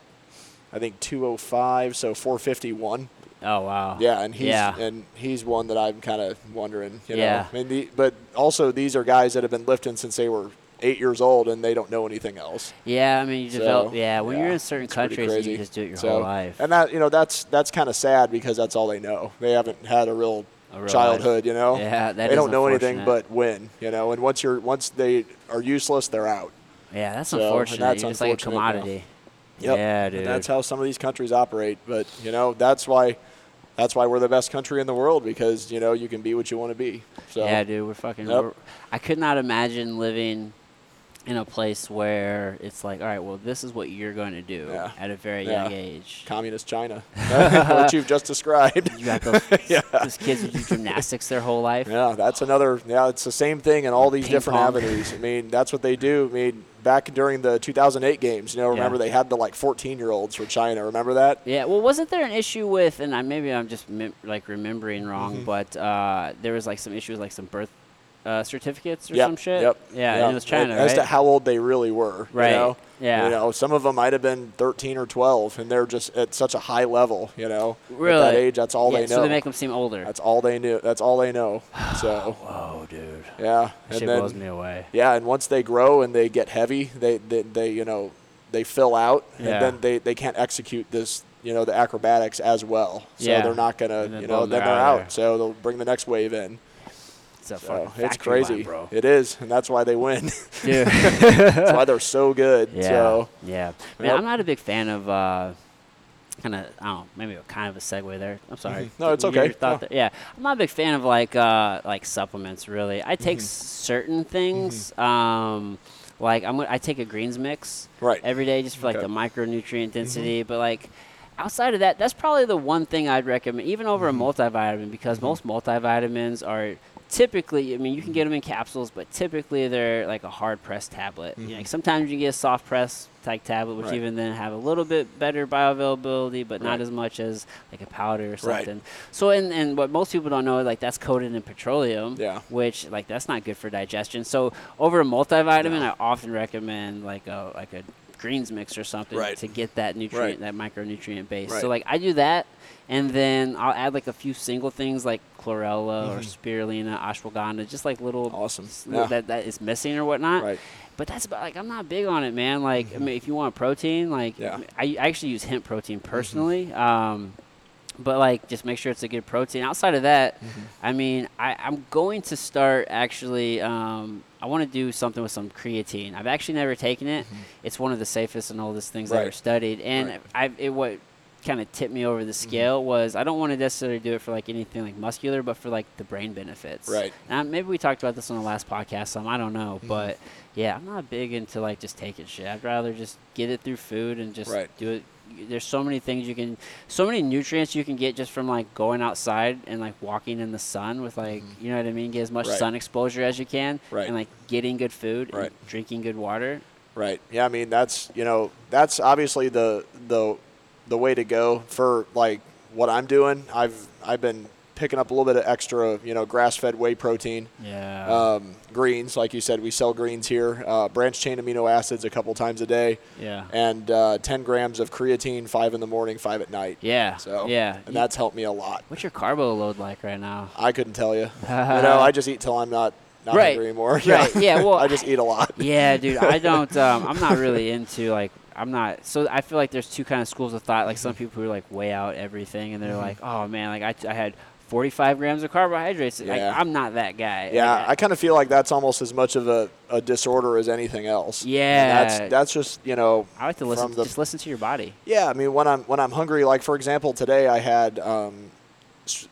I think 205, so 451. Oh wow. Yeah, and he's yeah. and he's one that I'm kind of wondering. You Yeah. know? I mean, the, but also these are guys that have been lifting since they were eight years old and they don't know anything else. Yeah, I mean, you So, develop. yeah, when you're yeah, in certain Pretty countries, crazy. you just do it your So- whole life. And that you know that's that's kind of sad because that's all they know. They haven't had a real, A real childhood. You know. Yeah, that they is don't know anything unfortunate. but win. You know, and once you're once they are useless, they're out. yeah, that's so, and unfortunate. that's you're just like a unfortunate, yeah. commodity. Yep. Yeah, And dude. that's how some of these countries operate. But you know that's why. That's why we're the best country in the world because you know you can be what you want to be. So yeah, dude, we're fucking. Yep. We're, I could not imagine living in a place where it's like, all right, well, this is what you're going to do Yeah. at a very Yeah. young age. communist China, what you've just described. You got those, those kids who do gymnastics their whole life. Yeah, that's another. Yeah, it's the same thing in all these Ping different pong. avenues. I mean, that's what they do. I mean, back during the 2008 games, you know, remember Yeah. they had the like 14 year olds for China. Remember that? Yeah, well, wasn't there an issue with, and I, maybe I'm just mem- like remembering Mm-hmm. wrong, but uh, there was like some issue with like some birth uh, certificates or Yep, some shit. Yep. Yeah, yep. and it was China, As right? to how old they really were. Right, You know? yeah. You know, some of them might have been 13 or 12, and they're just at such a high level. You know, really? at that age, that's all Yeah, they know. So they make them seem older. that's all they knew. That's all they know. So Whoa, dude. yeah, That shit and then blows me away. Yeah, and once they grow and they get heavy, they they, they you know they fill out, Yeah. and then they, they can't execute this you know the acrobatics as well. So Yeah. they're not gonna And then you know boom, then they're they're out out. of there. So they'll bring the next wave in. It's a So fucking it's factory crazy. line, bro. It is, and that's why they win. Dude. that's why they're so good. Yeah. So yeah. Man, Yep. I'm not a big fan of uh, kind of, I don't know, maybe a kind of a segue there. I'm sorry. Mm-hmm. No, it's Your okay. thought No. there- Yeah. I'm not a big fan of like uh, like supplements, really. I take Mm-hmm. certain things. Um, like I'm, gonna- I take a greens mix Right. every day just for like Okay. Mm-hmm. the micronutrient density. But like outside of that, that's probably the one thing I'd recommend, even over Mm-hmm. a multivitamin, because most multivitamins are typically, I mean, you can get them in capsules, but typically they're like a hard press tablet. You know, like, sometimes you get a soft press type tablet, which Mm-hmm. Right. even then have a little bit better bioavailability, but not Right. as much as like a powder or Right. something. So, and, and what most people don't know, like that's coated in petroleum, Yeah. which like that's not good for digestion. So over a multivitamin, I often recommend like a like a greens mix or something Right. to get that nutrient, Right. that micronutrient base. So Right. like I do that, and then I'll add like a few single things like chlorella or spirulina, ashwagandha, just like little Mm-hmm. Awesome. s- little Yeah. that that is missing or whatnot. Right. But that's about like I'm not big on it, man. Like I mean, if you want protein, like Mm-hmm. Yeah. Mm-hmm. I, I actually use hemp protein personally. Um, but like just make sure it's a good protein outside of that Mm-hmm. i mean I, i'm going to start actually um, i want to do something with some creatine i've actually never taken it it's one of the safest and oldest things i ever Mm-hmm. Right. studied and Right. i it what kind of tipped me over the Mm-hmm. scale was i don't want to necessarily do it for like anything like muscular but for like the brain benefits Right. Mm-hmm. now, maybe we talked about this on the last podcast some i don't know but yeah i'm not big into like just taking shit i'd rather just get it through food and just Right. do it there's so many things you can so many nutrients you can get just from like going outside and like walking in the sun with like you know what i mean get as much Mm-hmm. Right. sun exposure as you can Right. and like getting good food Right. and drinking good water Right. Yeah, I mean that's you know that's obviously the the the way to go for like what I'm doing. I've I've been picking up a little bit of extra you know grass fed whey protein. yeah Um, greens, like you said, we sell greens here. Uh, branch chain amino acids a couple times a day, yeah and uh, 10 grams of creatine, five in the morning, five at night. yeah So yeah and You- that's helped me a lot. what's your carbo load like right now I couldn't tell you. you know, I just eat till I'm not not Right. hungry anymore. Right. Yeah, well, I just eat a lot. Yeah, dude, I don't. Um, I'm not really into like. I'm not. So I feel like there's two kind of schools of thought. Like some Mm-hmm. people who are like weigh out everything, and they're like, "Oh man, like I, I had 45 grams of carbohydrates." Like, Yeah. I'm not that guy. Yeah, Like, I kind of feel like that's almost as much of a, a disorder as anything else. And Yeah. that's that's just you know. I, like to from listen. the- just listen to your body. yeah, I mean when I'm when I'm hungry, like for example today I had um, s-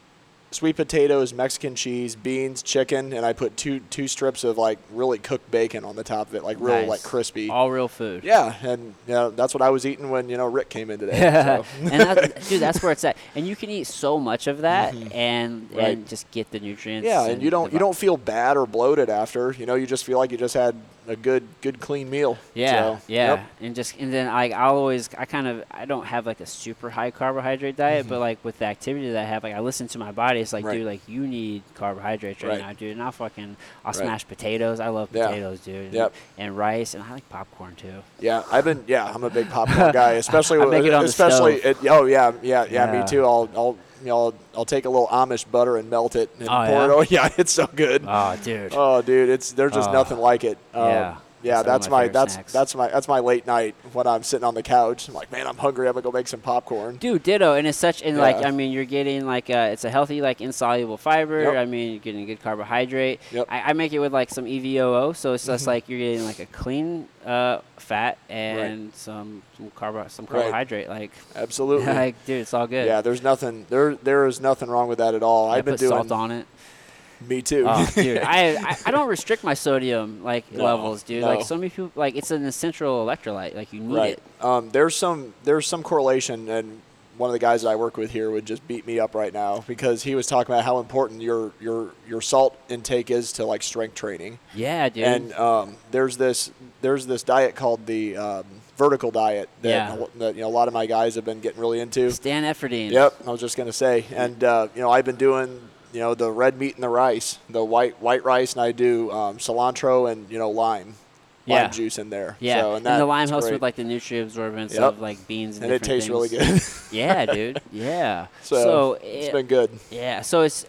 sweet potatoes, Mexican cheese, beans, chicken, and I put two two strips of like really cooked bacon on the top of it, like real Nice. like crispy. All real food. yeah, and you know, that's what I was eating when you know Rick came in today. so. and that, dude, that's where it's at. And you can eat so much of that, and Mm-hmm. Right. and just get the nutrients. Yeah, and you the don't you vi- don't feel bad or bloated after. You know, you just feel like you just had a good good clean meal. Yeah, So, yeah, yep. and just and then like I'll always I kind of I don't have like a super high carbohydrate diet, but like with the activity that I have, like I listen to my body. It's like, Mm-hmm. Right. dude, like you need carbohydrates right, Right. now, dude. And I'll fucking I'll smash potatoes. I love Yeah. potatoes, dude. And, Yep. and rice, and I like popcorn too. Yeah, I've been. Yeah, I'm a big popcorn guy, especially I make it on the especially. stove. It, oh yeah, yeah, yeah, Yeah. Me too. I'll I'll you know I'll, I'll take a little Amish butter and melt it and Oh, pour yeah? it. Oh yeah, it's so good. Oh, dude. oh dude, it's there's just Oh. nothing like it. Um, Yeah. yeah, It's one of that's my my favorite that's snacks. that's my that's my late night when I'm sitting on the couch. I'm like, man, I'm hungry. I'm gonna go make some popcorn. Dude, ditto, and it's such, and like, Yeah. I mean, you're getting like, uh, it's a healthy, like, insoluble fiber. Yep. I mean, you're getting good carbohydrate. Yep. Mm-hmm. I, I make it with like some E EVOO, so it's just like you're getting like a clean uh, fat and some some carbo some Right. carbohydrate. Absolutely. Like, like, dude, it's all good. yeah, there's nothing there. There is nothing wrong with that at all. I I've been put doing. salt on it. Me too. Oh, dude, I, I I don't restrict my sodium like No, levels, dude. no. Like so many people, like it's an essential electrolyte. Like you need right. it. Um, there's some there's some correlation, and one of the guys that I work with here would just beat me up right now because he was talking about how important your your your salt intake is to like strength training. Yeah, dude. And um, there's this there's this diet called the um, vertical diet that, Yeah. that you know a lot of my guys have been getting really into. Stan Efferdine. Yep, I was just gonna say, and uh, you know, I've been doing you know the red meat and the rice, the white white rice, and I do um, cilantro and you know lime, lime Yeah. juice in there. Yeah, so, and, that the lime is helps great. with like the nutrient absorbance Yep. of like beans and, and it different tastes really things. good. yeah, dude. Yeah. so, it- it's been good. yeah, so it's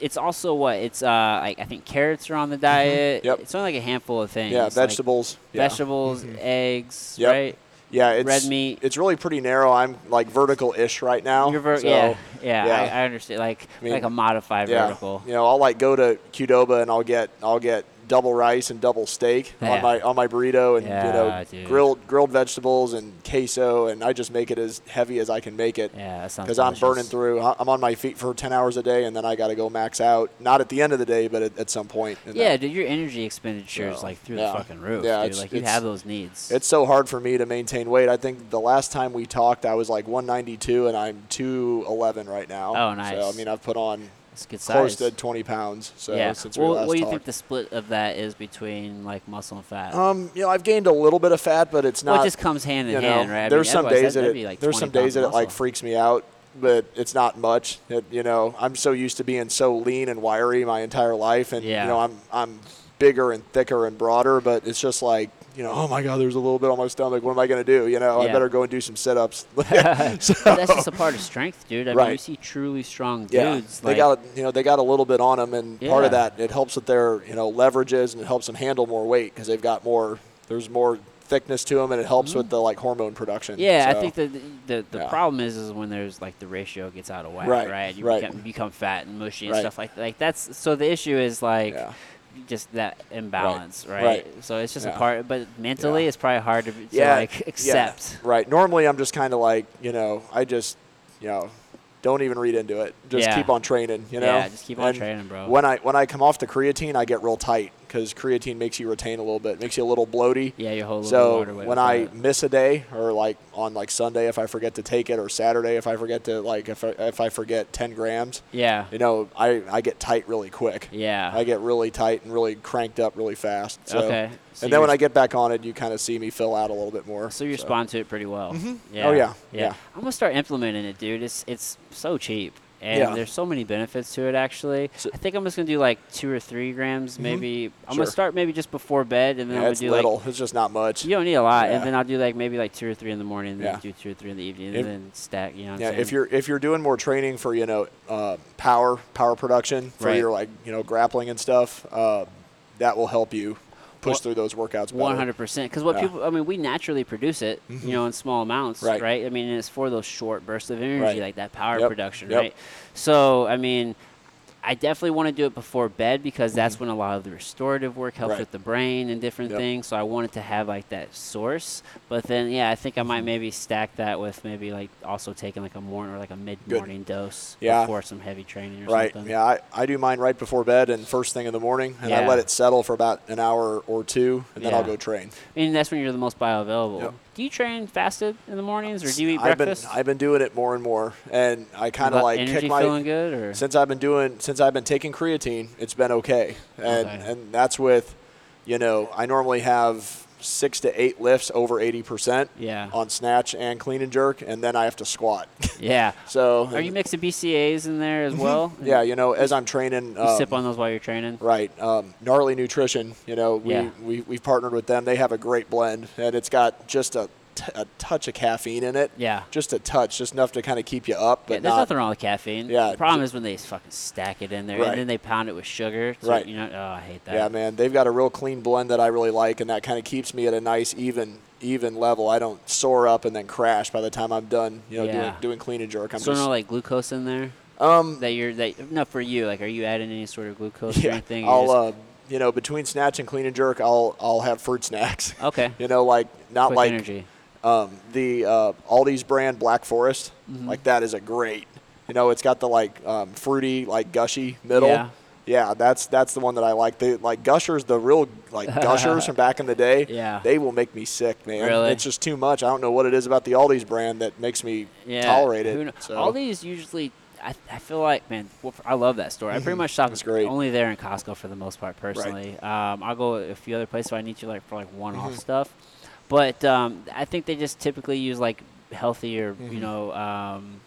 it's also what it's uh like I think carrots are on the diet. Mm-hmm. Yep. It's only like a handful of things. Yeah, like vegetables. yeah. vegetables, eggs, Yep. right? Yeah, it's red meat. It's really pretty narrow. I'm like vertical-ish right now. Your ver- so, yeah, yeah, yeah. I, I understand. Like mean, like a modified yeah. vertical. You know, I'll like go to Qdoba and I'll get I'll get double rice and double steak Yeah. on my on my burrito and Yeah, you know dude. grilled grilled vegetables and queso and I just make it as heavy as I can make it. Yeah, that sounds. Because I'm burning delicious. through, I- I'm on my feet for 10 hours a day, and then I got to go max out. Not at the end of the day, but at, at some point. in Yeah, that. dude, your energy expenditure is So, like through yeah. the fucking roof. Yeah, dude. it's- like you it's- have those needs. It's so hard for me to maintain weight. I think the last time we talked, I was like 192, and I'm 211 right now. Oh, nice. So I mean, I've put on It's good close size. to 20 pounds. So yeah. since well, we last what do you talked. think the split of that is between like muscle and fat? um, you know, I've gained a little bit of fat, but it's not. well, it just comes hand in you know, hand, right? I mean, there's some otherwise days that'd- that that'd it, be, like, there's 20 some days pounds that of it like muscle. freaks me out, but it's not much. It, you know, I'm so used to being so lean and wiry my entire life, and Yeah. you know, I'm I'm bigger and thicker and broader, but it's just like. You know, oh my God, there's a little bit on my stomach. What am I going to do? You know, Yeah. I better go and do some sit ups. But that's just a part of strength, dude. I mean, you Right. see truly strong Yeah, dudes. they like, got you know they got a little bit on them, and part of Yeah. that it helps with their you know leverages and it helps them handle more weight because they've got more. There's more thickness to them, and it helps with the like hormone production. Mm-hmm. yeah, So, I think that the, the, the yeah. problem is is when there's like the ratio gets out of whack, right? Right, You right. Become, become fat and mushy and Right. stuff like like that's so the issue is like Yeah. just that imbalance, right? right. So it's just a Yeah. part, but mentally Yeah. it's probably hard to, to yeah, like yeah, accept. right. Normally, I'm just kind of like you know I just you know don't even read into it. Just Yeah. keep on training. You know. Yeah, just keep on And training, bro. When I when I come off the creatine, I get real tight because creatine makes you retain a little bit, makes you a little bloaty. Yeah, your whole little So water weight when without I it. miss a day, or like on like Sunday if I forget to take it, or Saturday if I forget to like if I, if I forget ten grams, yeah, you know I I get tight really quick. yeah, I get really tight and really cranked up really fast. So. Okay. So and then when you're- I get back on it, you kind of see me fill out a little bit more. So you respond to it pretty well. Yeah. Oh, yeah. yeah. Yeah. I'm gonna start implementing it, dude. It's it's so cheap, and Yeah. there's so many benefits to it. Actually, So- Mm-hmm. I think I'm just gonna do like two or three grams, maybe. I'm gonna Sure. start maybe just before bed, and then Yeah, I'm it's gonna do little. like it's just not much. you don't need a lot, and Yeah. then I'll do like maybe like two or three in the morning, and then Yeah. do two or three in the evening, and If- then stack. You know. What Yeah, I'm saying? if you're if you're doing more training for you know uh, power power production for Right. your like you know grappling and stuff, uh, that will help you push through those workouts. better. One hundred percent. Because what Yeah. Mm-hmm. people, I mean, we naturally produce it, you know, in small amounts, right? Right. I mean, it's for those short bursts of energy, Right. like that power Yep. production, Yep. right? So, I mean, I definitely want to do it before bed because that's when a lot of the restorative work helps Mm-hmm. Right. with the brain and different Yep. things. So, I wanted to have like that source. But then, yeah, I think I Mm-hmm. might maybe stack that with maybe like also taking like a morning or like a mid morning dose Yeah. before some heavy training or Right. something. Yeah, I, I do mine right before bed and first thing in the morning, and Yeah. I let it settle for about an hour or two, and then Yeah. I'll go train. I mean, that's when you're the most bioavailable. Yep. Do you train fasted in the mornings or do you eat I've been breakfast? I've been doing it more and more, and I kind of About like energy kick my feeling good or since I've been doing since I've been taking creatine, it's been okay, and Okay. and that's with you know, I normally have six to eight lifts over 80% Yeah. on snatch and clean and jerk, and then I have to squat. Yeah. so, Mhm. Are you mixing BCAAs in there as well? Mm-hmm. yeah, you know, as I'm training, You um, sip on those while you're training. Right. Um, Gnarly Nutrition, you know, we, Yeah. we, we've partnered with them. They have a great blend, and it's got just a, t- a touch of caffeine in it. Yeah. Just a touch, just enough to kind of keep you up, but Yeah, there's not. nothing wrong with caffeine. Yeah, The problem ju- is when they fucking stack it in there Right. and then they pound it with sugar. So, Right. You know, oh, I hate that. yeah, man. They've got a real clean blend that I really like, and that kind of keeps me at a nice, even even level. I don't soar up and then crash by the time I'm done, you know, doing, Yeah. doing clean and jerk. I'm So just. no like glucose in there um, that you're that no for you like are you adding any sort of glucose or yeah, anything? You're I'll, just- uh, you know, between snatch and clean and jerk, I'll, I'll have fruit snacks. okay. you know, like, uh, not Quick like. energy. um, the uh, Aldi's brand Black Forest. Mm-hmm. Like that is a great. You know, it's got the like um, fruity, like gushy middle. Yeah. Yeah. that's that's the one that I like. The like gushers, the real like gushers from back in the day. Yeah. They will make me sick, man. Really? It's just too much. I don't know what it is about the Aldi's brand that makes me Yeah. tolerate who kno- it. So, All these usually. I, I feel like man, Wolf- I love that store. I pretty much shop Mm-hmm. It's great. only there in Costco for the most part. Personally, um, I'll go a few other places if I need to like for like Mm-hmm. one-off stuff. But um, I think they just typically use like healthier, you know, um,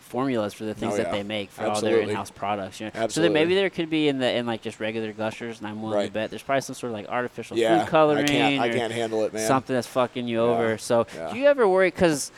formulas for the things that Mm-hmm. Oh, yeah. they make for all their Absolutely. in-house products. You know? So Absolutely. then maybe there could be in the in like just regular gushers, and I'm willing to Right. bet there's probably some sort of like artificial yeah, food coloring. I can't I or- can't handle it, man. something that's fucking you over. So, yeah. do you ever worry? Because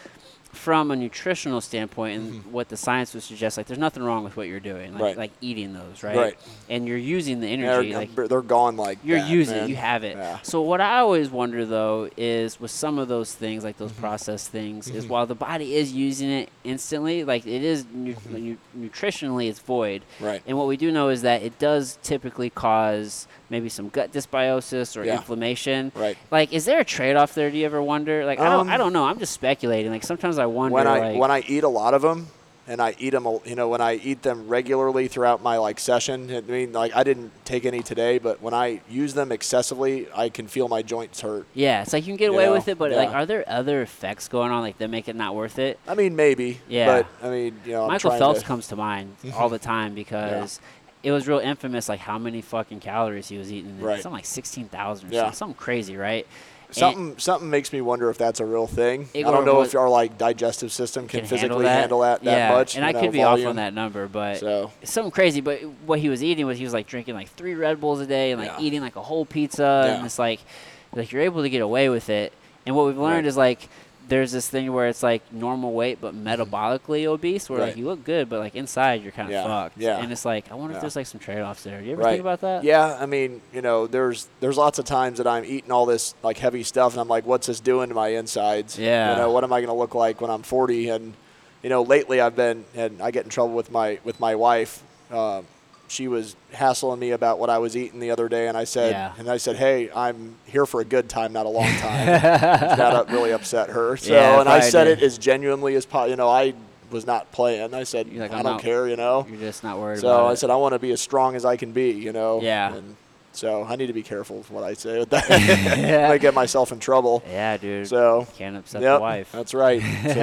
from a nutritional standpoint and what the science would suggest, like there's nothing wrong with what you're doing, like, Mm-hmm. Right. like eating those, right? Right. And you're using the They're, energy, like they're gone like you're that, using it, man. you have it. Yeah. So what I always wonder though is with some of those things, like Mm-hmm. those processed things, is while the body is using it instantly, like it is nu- Mm-hmm. nu- nutritionally it's void. Right. And what we do know is that it does typically cause maybe some gut dysbiosis or Yeah. inflammation. Right. Like, is there a trade-off there? Do you ever wonder? Like, I don't, I Um, don't know. I'm just speculating. Like, sometimes I wonder. when I like, when I eat a lot of them, and I eat them, you know, when I eat them regularly throughout my like session. I mean, like I didn't take any today, but when I use them excessively, I can feel my joints hurt. yeah, it's like you can get away know, with it, but like, yeah. are there other effects going on like that make it not worth it? I mean, maybe. Yeah. But I mean, you know, I'm Michael trying Phelps to, comes to mind all the time because it was real infamous, like how many fucking calories he was eating. Right. Something like sixteen thousand or Yeah. something, something crazy, right? And- Something something makes me wonder if that's a real thing. I It- don't know what- if our like digestive system can, can physically handle that, yeah. much. And you I know, could be volume. off on that number, but So something crazy. But what he was eating was he was like drinking like three Red Bulls a day and like Yeah. eating like a whole pizza, and Yeah. it's like like you're able to get away with it. And what we've learned Right. is like there's this thing where it's like normal weight but metabolically obese, where like Right. you look good but like inside you're kind of Yeah. fucked. Yeah. And it's like I wonder if Yeah. there's like some trade offs there. You ever right. think about that? Yeah, I mean, you know, there's there's lots of times that I'm eating all this like heavy stuff, and I'm like, what's this doing to my insides? Yeah. You know, what am I going to look like when I'm 40? And you know, lately I've been and I get in trouble with my with my wife. Uh, she was hassling me about what I was eating the other day, and I said, Yeah. and I said, hey, I'm here for a good time, not a long time. that really upset her. So, Yeah, it and I probably said did. it as genuinely as possible. You know, I was not playing. I said, You're like, I "I'm don't out." care. You know. You're just not worried about So I it. said, I want to be as strong as I can be, you know? Yeah. And so I need to be careful with what I say with that. I get myself in trouble. yeah, dude. So, Can't upset yeah, the wife. that's right. So, she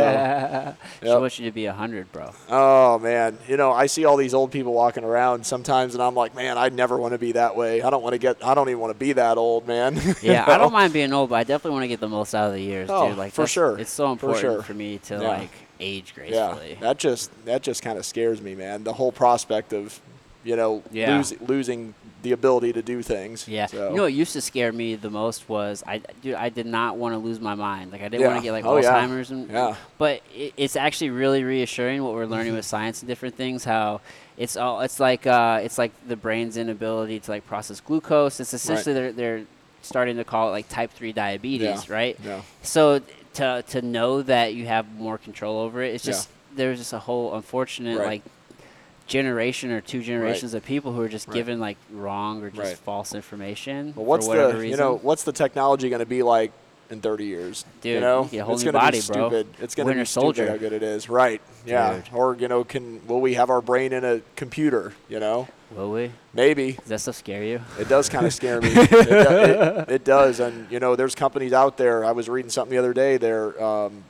yep. wants you to be a hundred, bro. oh, man. You know, I see all these old people walking around sometimes, and I'm like, man, I never want to be that way. I don't want to get, I don't even want to be that old, man. You Yeah, I know? don't mind being old, but I definitely want to get the most out of the years, Oh, dude. Like for that's- sure. it's so For important sure. for me to Yeah. like age Yeah. gracefully. That just, that just kind of scares me, man. The whole prospect of, you know, Yeah. lose, losing the ability to do things. Yeah. So, You know what used to scare me the most was I dude, I did not want to lose my mind. Like I didn't want Yeah. to get like Oh, yeah. Alzheimer's and Yeah. Mm-hmm. but it, it's actually really reassuring what we're learning with science and different things how it's all it's like uh, it's like the brain's inability to like process glucose. It's essentially they're they're starting to call it like type 3 diabetes, Yeah. right? Yeah. So th- to to know that you have more control over it, it's Yeah. just there's just a whole unfortunate Right. like generation or two generations of people who are just given like wrong or just Right. false information Well, what's for whatever the reason. you know what's the technology going to be like in 30 years? Dude, you know, you get a whole it's new gonna body, be bro. stupid. It's going to Winter be soldier. stupid how good it is, right? Yeah. Dude. Or you know, can will we have our brain in a computer? You know, Will we? maybe Does that stuff scare you? it does kind of scare me. It, do, it, it does, and you know, there's companies out there. I was reading something the other day. They're um,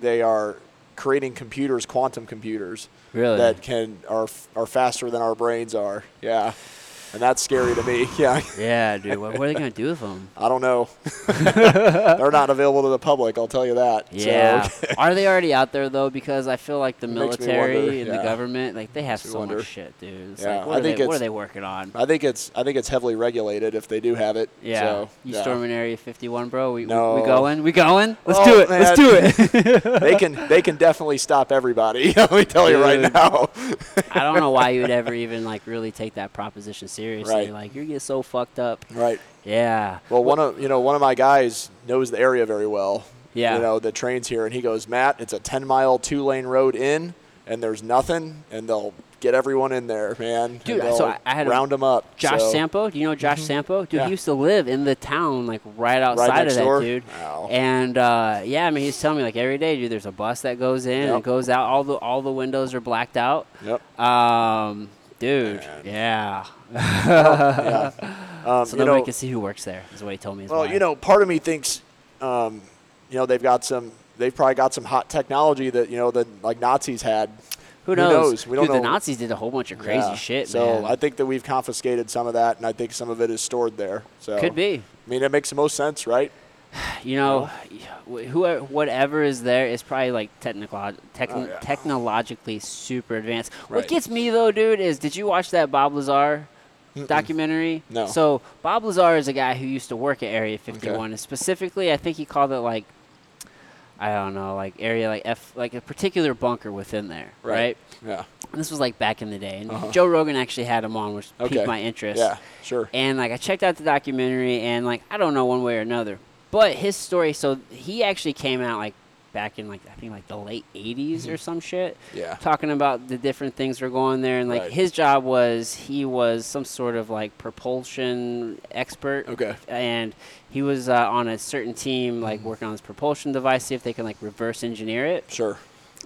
they are creating computers, quantum computers Really? that can are f- are faster than our brains are. Yeah. and that's scary to me. Yeah, Yeah, dude. What, what are they gonna do with them? I don't know. They're not available to the public. I'll tell you that. So, Yeah. Are they already out there though? Because I feel like the makes me military wonder, and yeah. the government, like they have so wonder. much shit, dude. It's Yeah, like what I are, think they, what it's- are they working on? I think it's I think it's heavily regulated if they do have it. Yeah. So, you yeah. storming Area 51, bro? We, we- we, No. going? We going? Let's Oh, do it. Let's do man. it. they can they can definitely stop everybody. Let me tell you right Dude. now. I don't know why you would ever even like really take that proposition seriously. Right. Like you're getting so fucked up. right. Yeah. Well, one of you know one of my guys knows the area very well. Yeah. You know the trains here, and he goes, Matt, it's a ten mile two lane road in, and there's nothing, and they'll get everyone in there, man. Dude, and they'll so I- I had a- round them up. Josh so, Sampo, do you know Josh Sampo? Dude, Yeah. he used to live in the town, like right outside next of that, door? Oh. dude. Wow. And uh, yeah, I mean, he's telling me like every day, dude. There's a bus that goes in Yep. and goes out. All the all the windows are blacked out. Yep. Um, dude, yeah. Um, So you nobody know, can see who works there. Is what he told me. is Well, why. you know, part of me thinks, um, you know, they've got some, they've probably got some hot technology that you know the like Nazis had. who knows? We don't dude, know. The Nazis did a whole bunch of crazy Yeah. shit, So man. I think that we've confiscated some of that, and I think some of it is stored there. So Could be. I mean, it makes the most sense, right? You know, wh- whoever, whatever is there is probably like technical, techn- Oh, yeah. technologically super advanced. Right. What gets me though, dude, is did you watch that Bob Lazar documentary? No. So Bob Lazar is a guy who used to work at Area 51, and specifically, I think he called it like, I don't know, like area like F, like a particular bunker within there, right? Yeah. And this was like back in the day, and Joe Rogan actually had him on, which Uh-huh. Okay. piqued my interest. Yeah. Sure. And like I checked out the documentary and like I don't know one way or another. But his story so he actually came out like back in like I think like the late 80s Mm-hmm. or some shit. Yeah. Talking about the different things were going there and like Right. his job was he was some sort of like propulsion expert Okay. and he was uh, on a certain team like Mm-hmm. working on this propulsion device see if they can like reverse engineer it Sure.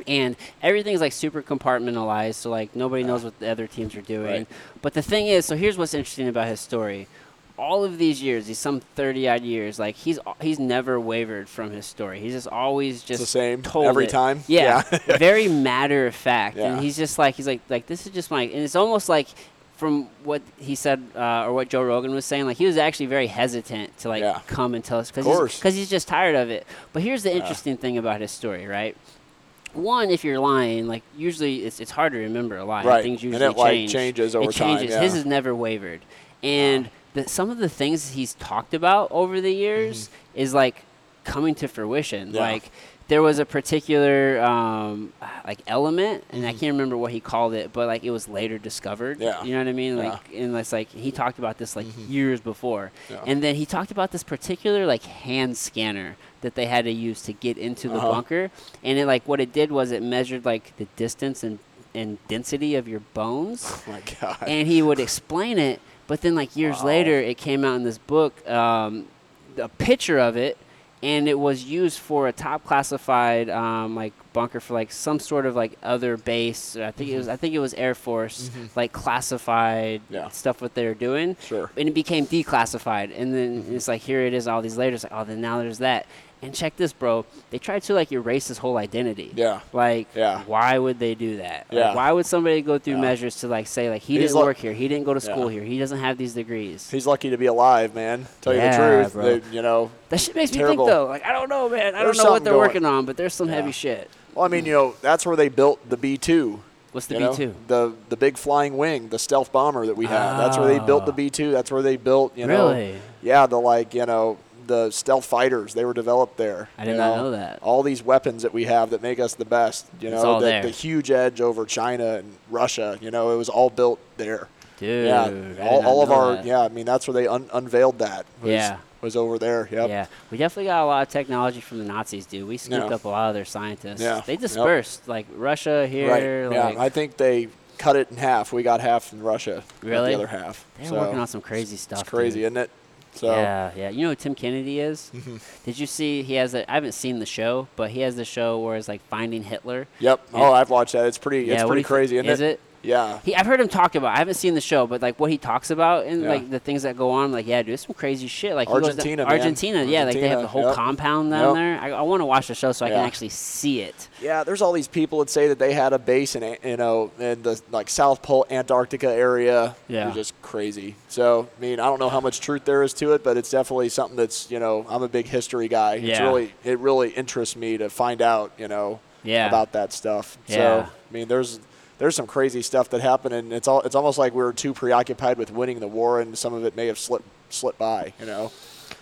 and everything's like super compartmentalized so like nobody knows what the other teams are doing Right. but the thing is so here's what's interesting about his story all of these years these some 30 odd years like he's he's never wavered from his story he's just always just same told every it. time? yeah, very matter of fact Yeah. and he's just like he's like like this is just my and it's almost like from what he said uh, or what Joe Rogan was saying like he was actually very hesitant to like Yeah. come and tell us cuz course. he's, 'cause he's just tired of it but here's the interesting thing about his story right one, if you're lying, like usually it's, it's hard to remember a lie. Right. Things And it, usually like, change. changes over it time, changes. yeah. His has never wavered, and the, some of the things he's talked about over the years is like coming to fruition. Mm-hmm. Yeah. Like there was a particular um, like element, and I can't remember what he called it, but like it was later discovered. Mm-hmm. Yeah. You know what I mean? Yeah. Mm-hmm. Like and it's like he talked about this like years before, Yeah. and then he talked about this particular like hand scanner that they had to use to get into the Uh-huh. bunker, and it like what it did was it measured like the distance and and density of your bones, Oh my God. and he would explain it. But then like years Wow. later, it came out in this book, um, a picture of it, and it was used for a top classified um, like bunker for like some sort of like other base. I think it was I think it was Air Force like classified Mm-hmm. Yeah. stuff what they were doing sure. and it became declassified and then it's like here it is all these later it's like oh then now there's that and check this bro they tried to like erase his whole identity Yeah. like Yeah. why would they do that Like, Yeah. why would somebody go through Yeah. measures to like say like he He's didn't like- work here he didn't go to school Yeah. here he doesn't have these degrees He's lucky to be alive, man. Tell Yeah, you the truth. bro. They- you know, that shit makes me Terrible. think though like i don't know man i There's don't know what something they're going. working on but there's some heavy Yeah. shit well, I mean, you know, that's where they built the B two. what's the you know, b2 the the big flying wing, the stealth bomber that we have. That's where they built the Ah. B two. That's where they built, you know, Really? yeah, the like, you know, the stealth fighters. They were developed there. I you did not know that. All these weapons that we have that make us the best. You It's know, all the, there. the huge edge over China and Russia. You know, it was all built there. dude I did yeah, all, not all of know our that. yeah. I mean, that's where they un- unveiled that. Was, Yeah. was over there. Yep. Yeah, we definitely got a lot of technology from the Nazis, dude. We scooped Yeah. up a lot of their scientists. Yeah. They Yep. dispersed, like Russia Right. here. yeah. Like, I think they cut it in half. We got half in Russia. got Really? The other half. they're so working on some crazy stuff. It's crazy, dude. isn't it? So Mm-hmm. Yeah, yeah. You know who Tim Kennedy is? Did you see? He has. A, I haven't seen the show, but he has the show where it's like Finding Hitler. Yep. Oh, I've watched that. It's pretty. Yeah, it's what do pretty you thi- crazy, isn't is it? Yeah. He, I've heard him talk about. I haven't seen the show, but like what he talks about and Yeah. like the things that go on. Like yeah, dude, some crazy shit. Like he goes down- Argentina, man. Argentina, yeah. Like they have the Argentina, whole yep. compound down Yep. there. I, I want to watch the show so I can Yeah. actually see it. Yeah, there's all these people that say that they had a base in a- you know in the like South Pole, Antarctica area. Yeah. They're just crazy. So I mean, I don't know how much truth there is to it, but it's definitely something that's you know I'm a big history guy. It's Yeah. really it really interests me to find out you know Yeah. about that stuff. Yeah. So I mean, there's there's some crazy stuff that happened, and it's all it's almost like we were too preoccupied with winning the war, and some of it may have slipped slipped by. You know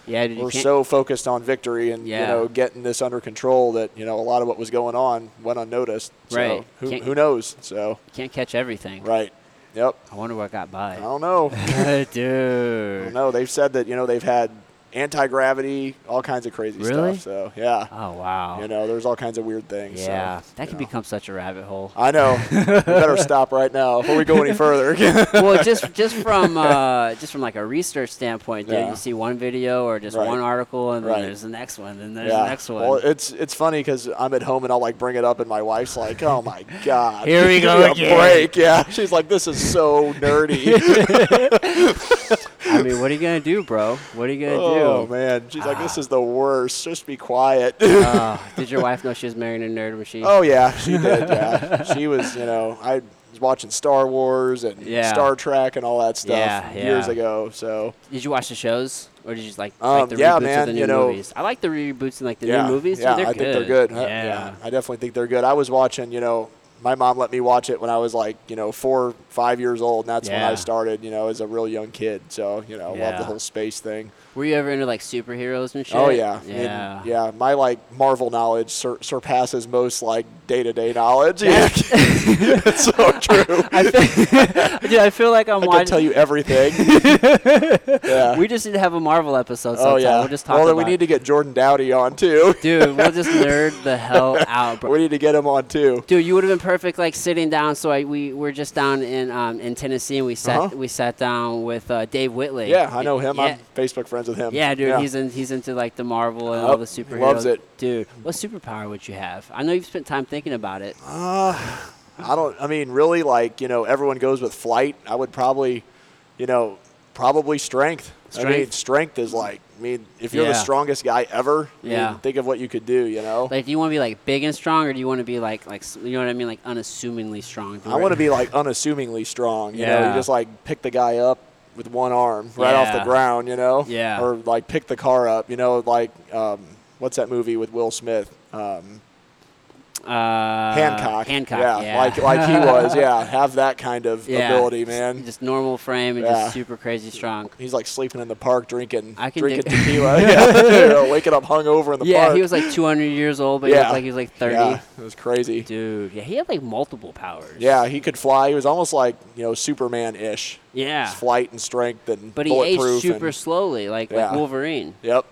Yeah, dude, you we're can't- so focused on victory and Yeah. you know getting this under control that you know a lot of what was going on went unnoticed. So Right. Who, Can't- who knows? So can't catch everything. right. Yep. I wonder what got by. I don't know. I Dude. don't know. They've said that you know they've had anti gravity, all kinds of crazy Really? stuff. So yeah. Oh wow. You know, there's all kinds of weird things. so, yeah, that you could know. become such a rabbit hole. I know. we better stop right now before we go any further. well, just just from uh, just from like a research standpoint, dude, Yeah. you see one video or just Right. one article, and then Right. there's the next one, and there's the next one. Well, it's it's funny because I'm at home and I'll like bring it up, and my wife's like, "Oh my god, Here we Give go me a again." Break, yeah. She's like, "This is so nerdy." I mean, what are you gonna do, bro? What are you gonna oh do? man, she's like, Ah. "This is the worst. Just be quiet." Uh, did your wife know she was marrying a nerd when she? oh yeah, she did. Yeah, she was. You know, I was watching Star Wars and Yeah. Star Trek and all that stuff Yeah, years yeah. ago. So Did you watch the shows, or did you just like, Um, like the yeah, reboots of man, the new you know- movies? I like the reboots and like the yeah, new movies. dude, yeah, they're I good. think they're good. I- Yeah. I definitely think they're good. I was watching. You know. My mom let me watch it when I was like, you know, four, five years old, and that's when Yeah. I started, you know, as a real young kid. So, you know, I love Yeah. the whole space thing. Were you ever into like superheroes and shit? Oh yeah, And, yeah. yeah. My like Marvel knowledge sur- surpasses most like day to day knowledge. Yeah. it's so true. I feel, dude, I feel like I'm I can watching. tell you everything. yeah. We just need to have a Marvel episode sometime. oh yeah. We'll just talk well, then about. we need to get Jordan Dowdy on too. dude, we'll just nerd the hell out, bro. we need to get him on too. Dude, you would have been perfect like sitting down. So I, we were just down in um, in Tennessee, and we sat Uh-huh. we sat down with uh, Dave Whitley. Yeah, I know him. Yeah, I'm Facebook friends with him. yeah dude, he's in, he's into like the Marvel and Yep, all the he superheroes. loves it. dude. What superpower would you have? I know you've spent time thinking about it. Uh-huh. Uh, I don't. I mean, really, like you know, everyone goes with flight. I would probably, you know, probably strength. I mean, Strength. strength is like. I mean, if you're the Yeah. strongest guy ever, I mean, Yeah. think of what you could do. You know, Like, do you want to be like big and strong, or do you want to be like like s- you know what I mean, like unassumingly strong? I want to be like unassumingly strong. You know, Yeah. you just like pick the guy up with one arm right off Yeah. the ground. You know, Yeah. or like pick the car up. You know, like um, what's that movie with Will Smith? Um, uh, Hancock. Hancock. Yeah, like like he was. Yeah, have that kind of Yeah. ability, Just- man. Just normal frame and Yeah. just super crazy strong. He's like sleeping in the park, drinking, I can drinking dig- tequila. yeah, you know, waking up hungover in the Yeah, park. he was like 200 years old, but he Yeah. looked like he was like 30. Yeah, it was crazy. Dude, yeah, he had like multiple powers. Yeah, he could fly. He was almost like you know Superman-ish. Yeah. His flight and strength and But he aged bulletproof. super and- slowly, like like Yeah. Wolverine. yep.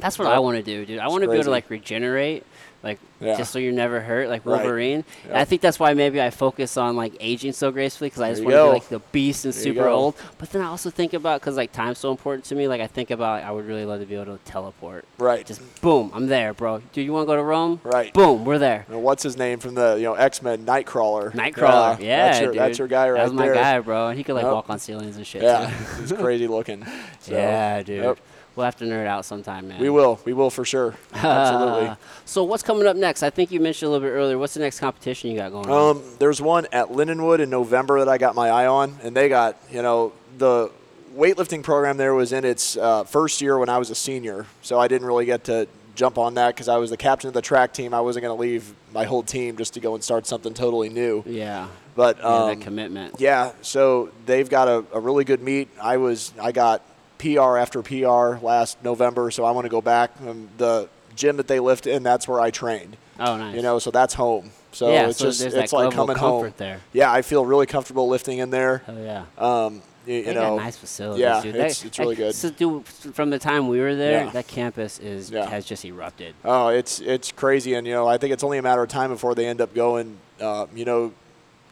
That's what I want to do, dude. I want to be able to crazy. like regenerate, like Yeah. just so you're never hurt, like Right. Wolverine. And Yep. I think that's why maybe I focus on like aging so gracefully because I just you want to be go. like the beast and There you super go. old. But then I also think about because like time's so important to me. Like I think about like, I would really love to be able to teleport. Right. Just boom, I'm there, bro. Dude, you want to go to Rome? Right. Boom, we're there. And what's his name from the you know X Men Nightcrawler? Nightcrawler. Yeah, that's your dude. that's your guy right That was my there. guy, bro. And he could like Yep. walk on ceilings and shit. Yeah, too. he's crazy looking. So, yeah, dude. yep. We'll have to nerd out sometime, man. We will, we will for sure. Absolutely. so what's coming up next? I think you mentioned a little bit earlier. What's the next competition you got going on? Um, there's one at Lindenwood in November that I got my eye on, and they got you know the weightlifting program there was in its uh, first year when I was a senior, so I didn't really get to jump on that because I was the captain of the track team. I wasn't going to leave my whole team just to go and start something totally new. Yeah. But Yeah, um, that commitment. Yeah, so they've got a, a really good meet. I was I got PR after PR last November, so I want to go back. Um, the gym that they lift in, that's where I trained. Oh, nice. You know, so that's home. So Yeah, it's so just there's it's that like level of coming comfort home. there. Yeah, I feel really comfortable lifting in there. Oh yeah. Um, you, you They got know, nice facilities, yeah, dude. it's- That- it's really that- good. So, dude, from the time we were there, Yeah. that campus is Yeah. has just erupted. Oh, it's it's crazy, and you know I think it's only a matter of time before they end up going, uh, you know,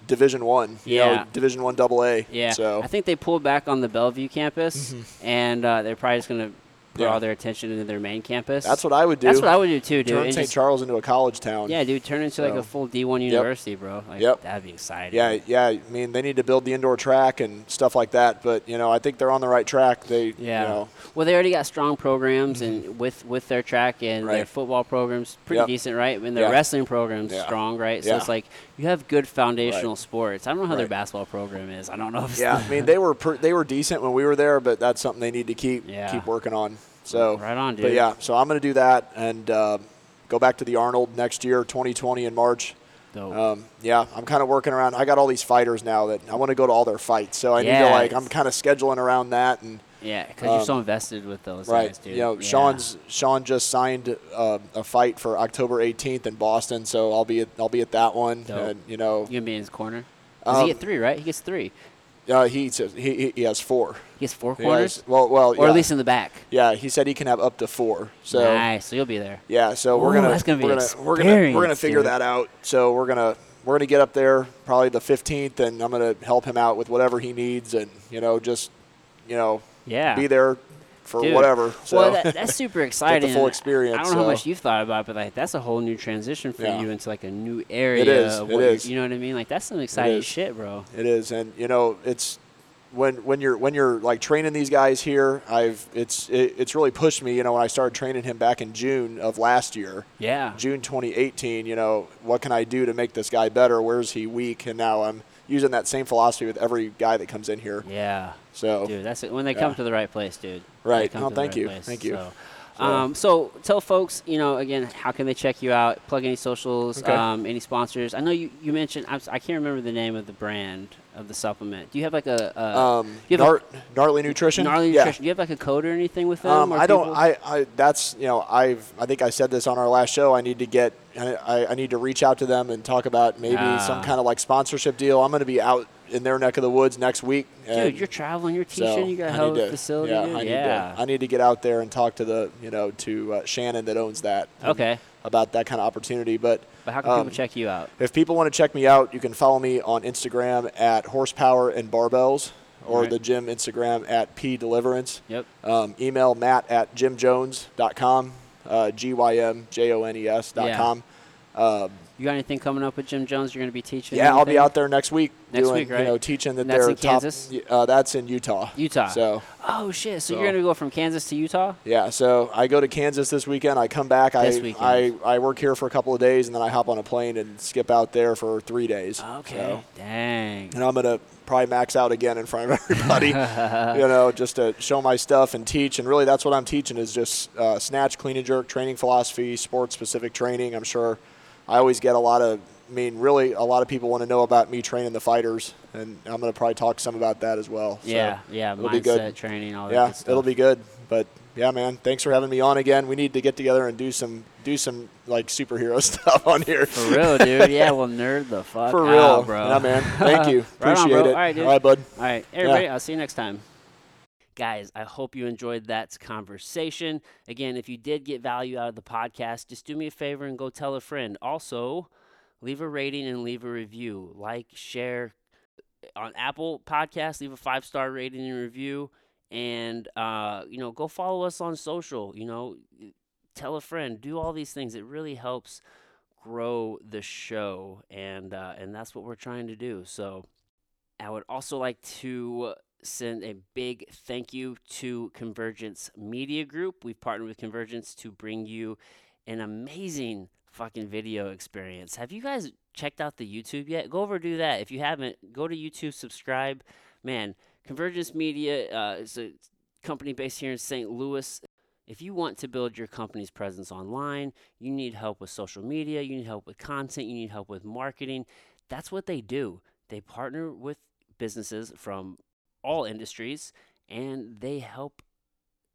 Division One, you know, Yeah. Division One Double A. Yeah. So Mm-hmm. I think they pulled back on the Bellevue campus, and uh, they're probably just gonna put Yeah. all their attention into their main campus. That's what I would do. That's what I would do too, dude. Turn And St. just- Charles into a college town. yeah, dude, turn into like So- a full D1 university, bro. Like, Yep. That'd be exciting. Yeah, yeah. I mean, they need to build the indoor track and stuff like that. But you know, I think they're on the right track. They, Yeah. you know, Mm-hmm. Well, they already got strong programs, and with with their track and their Right. football programs, pretty Yep. decent, right? And their Yeah. wrestling programs Yeah. strong, right? So Yeah. it's like you have good foundational Right. sports. I don't know how their Right. basketball program is. I don't know if it's yeah. I mean, they were per, they were decent when we were there, but that's something they need to keep Yeah. keep working on. So Right on, dude. But yeah, so I'm gonna do that and uh, go back to the Arnold next year, 2020 in March. dope. Um, yeah, I'm kind of working around. I got all these fighters now that I want to go to all their fights, so I need Yes. to like I'm kind of scheduling around that and. yeah, because you're um, so invested with those Right. guys, dude. You know, yeah. Sean's Sean just signed uh, a fight for October 18th in Boston, so I'll be at, I'll be at that one. Dope. And you know, You gonna be in his corner? Does Um, he get three? Right? He gets three. uh, he, says- he he- he has four. He gets four He corners, has- well, well, or yeah. at least in the back. yeah. He said he can have up to four. So nice. So you'll be there. yeah. So we're Ooh, gonna that's gonna be we're an gonna we're gonna we're gonna experience, figure dude. that out. So we're gonna we're gonna get up there probably the 15th, and I'm gonna help him out with whatever he needs, and you know just you know Yeah. be there for Dude. whatever. So Well, that, that's super exciting. full and experience, I don't know how so. much you've thought about, it, but like that's a whole new transition for Yeah. you into like a new area. is, Of it what you- is. You know what I mean? Like that's some exciting is. shit, bro. It is, and you know, it's when when you're when you're like training these guys here. I've it's it, it's really pushed me. You know, when I started training him back in June of last year, Yeah. June 2018. You know, what can I do to make this guy better? Where's he weak? And now I'm using that same philosophy with every guy that comes in here. Yeah. So Dude, that's it. when they come Oh. Yeah. to the right place, dude. Right. They come No, to the thank right you. place, Thank you. So. So- Um, so tell folks, you know, again, how can they check you out? Plug any socials, Okay. um, any sponsors. I know you, you mentioned I'm, s- I can't remember the name of the brand of the supplement. Do you have like a, a um, you have Gnart, Gnarly a, Nutrition. gnarly Yeah. nutrition? Do you have like a code or anything with them? Um, or I don't. people- I, I. That's you know. I've. I think I said this on our last show. I need to get. I- I, I need to reach out to them and talk about maybe Ah. some kind of like sponsorship deal. I'm going to be out in their neck of the woods next week. Dude, and you're traveling, you're so teaching, you got a I hell of need a to- facility. Yeah, dude. I need yeah. to. I need to get out there and talk to the you know to uh, Shannon that owns that. okay. About that kind of opportunity, but. But how can um, people check you out? If people want to check me out, you can follow me on Instagram at horsepower and barbells, or Alright. the gym Instagram at p deliverance. Yep. Um, email matt at jimjones.com, uh, G-Y-M-J-O-N-E-S E dot Yeah. com. You got anything coming up with Jim Jones? You're going to be teaching? Yeah, I'll be anything? out there next week Next doing, week, right? you know, teaching that And that's they're in top. Kansas? Uh, that's in Utah. Utah. So, Oh shit! So, you're So- going to go from Kansas to Utah? yeah, so I go to Kansas this weekend. I come back. I, This weekend. I, I work here for a couple of days, and then I hop on a plane and skip out there for three days. Okay. So, Dang. and I'm gonna probably max out again in front of everybody, you know, just to show my stuff and teach. And really, that's what I'm teaching is just uh, snatch, clean and jerk training philosophy, sports specific training. I'm sure I always get a lot of. I mean, really, a lot of people want to know about me training the fighters, and I'm gonna probably talk some about that as well. So, yeah. Yeah. it'll mindset be good. training, all that. Yeah, good stuff. it'll be good. But yeah, man, thanks for having me on again. We need to get together and do some do some like superhero stuff on here. for real, dude. Yeah, we'll nerd the fuck For out, real, bro. Yeah, man. Thank you. Right on, Appreciate bro. it. All right, dude. All right, bud. All right, everybody, I'll see you next time. Guys, I hope you enjoyed that conversation. Again, if you did get value out of the podcast, just do me a favor and go tell a friend. Also, leave a rating and leave a review. Like, share uh, on Apple Podcasts, leave a five star rating and review. And, uh, you know, go follow us on social. You know, tell a friend, do all these things. It really helps grow the show. And, uh, and that's what we're trying to do. So, I would also like to send a big thank you to Convergence Media Group. We've partnered with Convergence to bring you an amazing fucking video experience. Have you guys checked out the YouTube yet? Go over and do that. If you haven't, go to YouTube, subscribe. Man, Convergence Media uh, is a company based here in St. Louis. If you want to build your company's presence online, you need help with social media, you need help with content, you need help with marketing. That's what they do they partner with businesses from all industries and they help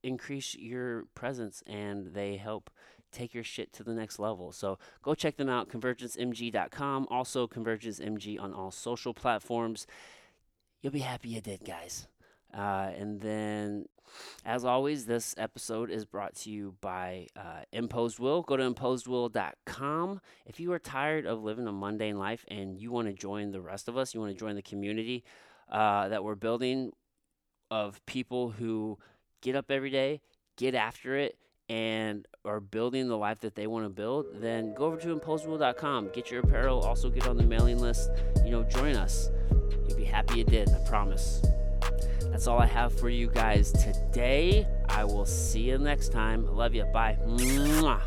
increase your presence and they help take your shit to the next level. So go check them out convergencemg.com, also convergencemg on all social platforms. You'll be happy you did, guys. Uh, and then, as always, this episode is brought to you by uh, Imposed Will. Go to imposedwill.com if you are tired of living a mundane life and you want to join the rest of us, you want to join the community uh, that we're building of people who get up every day, get after it and are building the life that they want to build, then go over to imposable.com, get your apparel, also get on the mailing list. You know, join us. You'll be happy you did, I promise. That's all I have for you guys today. I will see you next time. Love you. Bye. Mwah.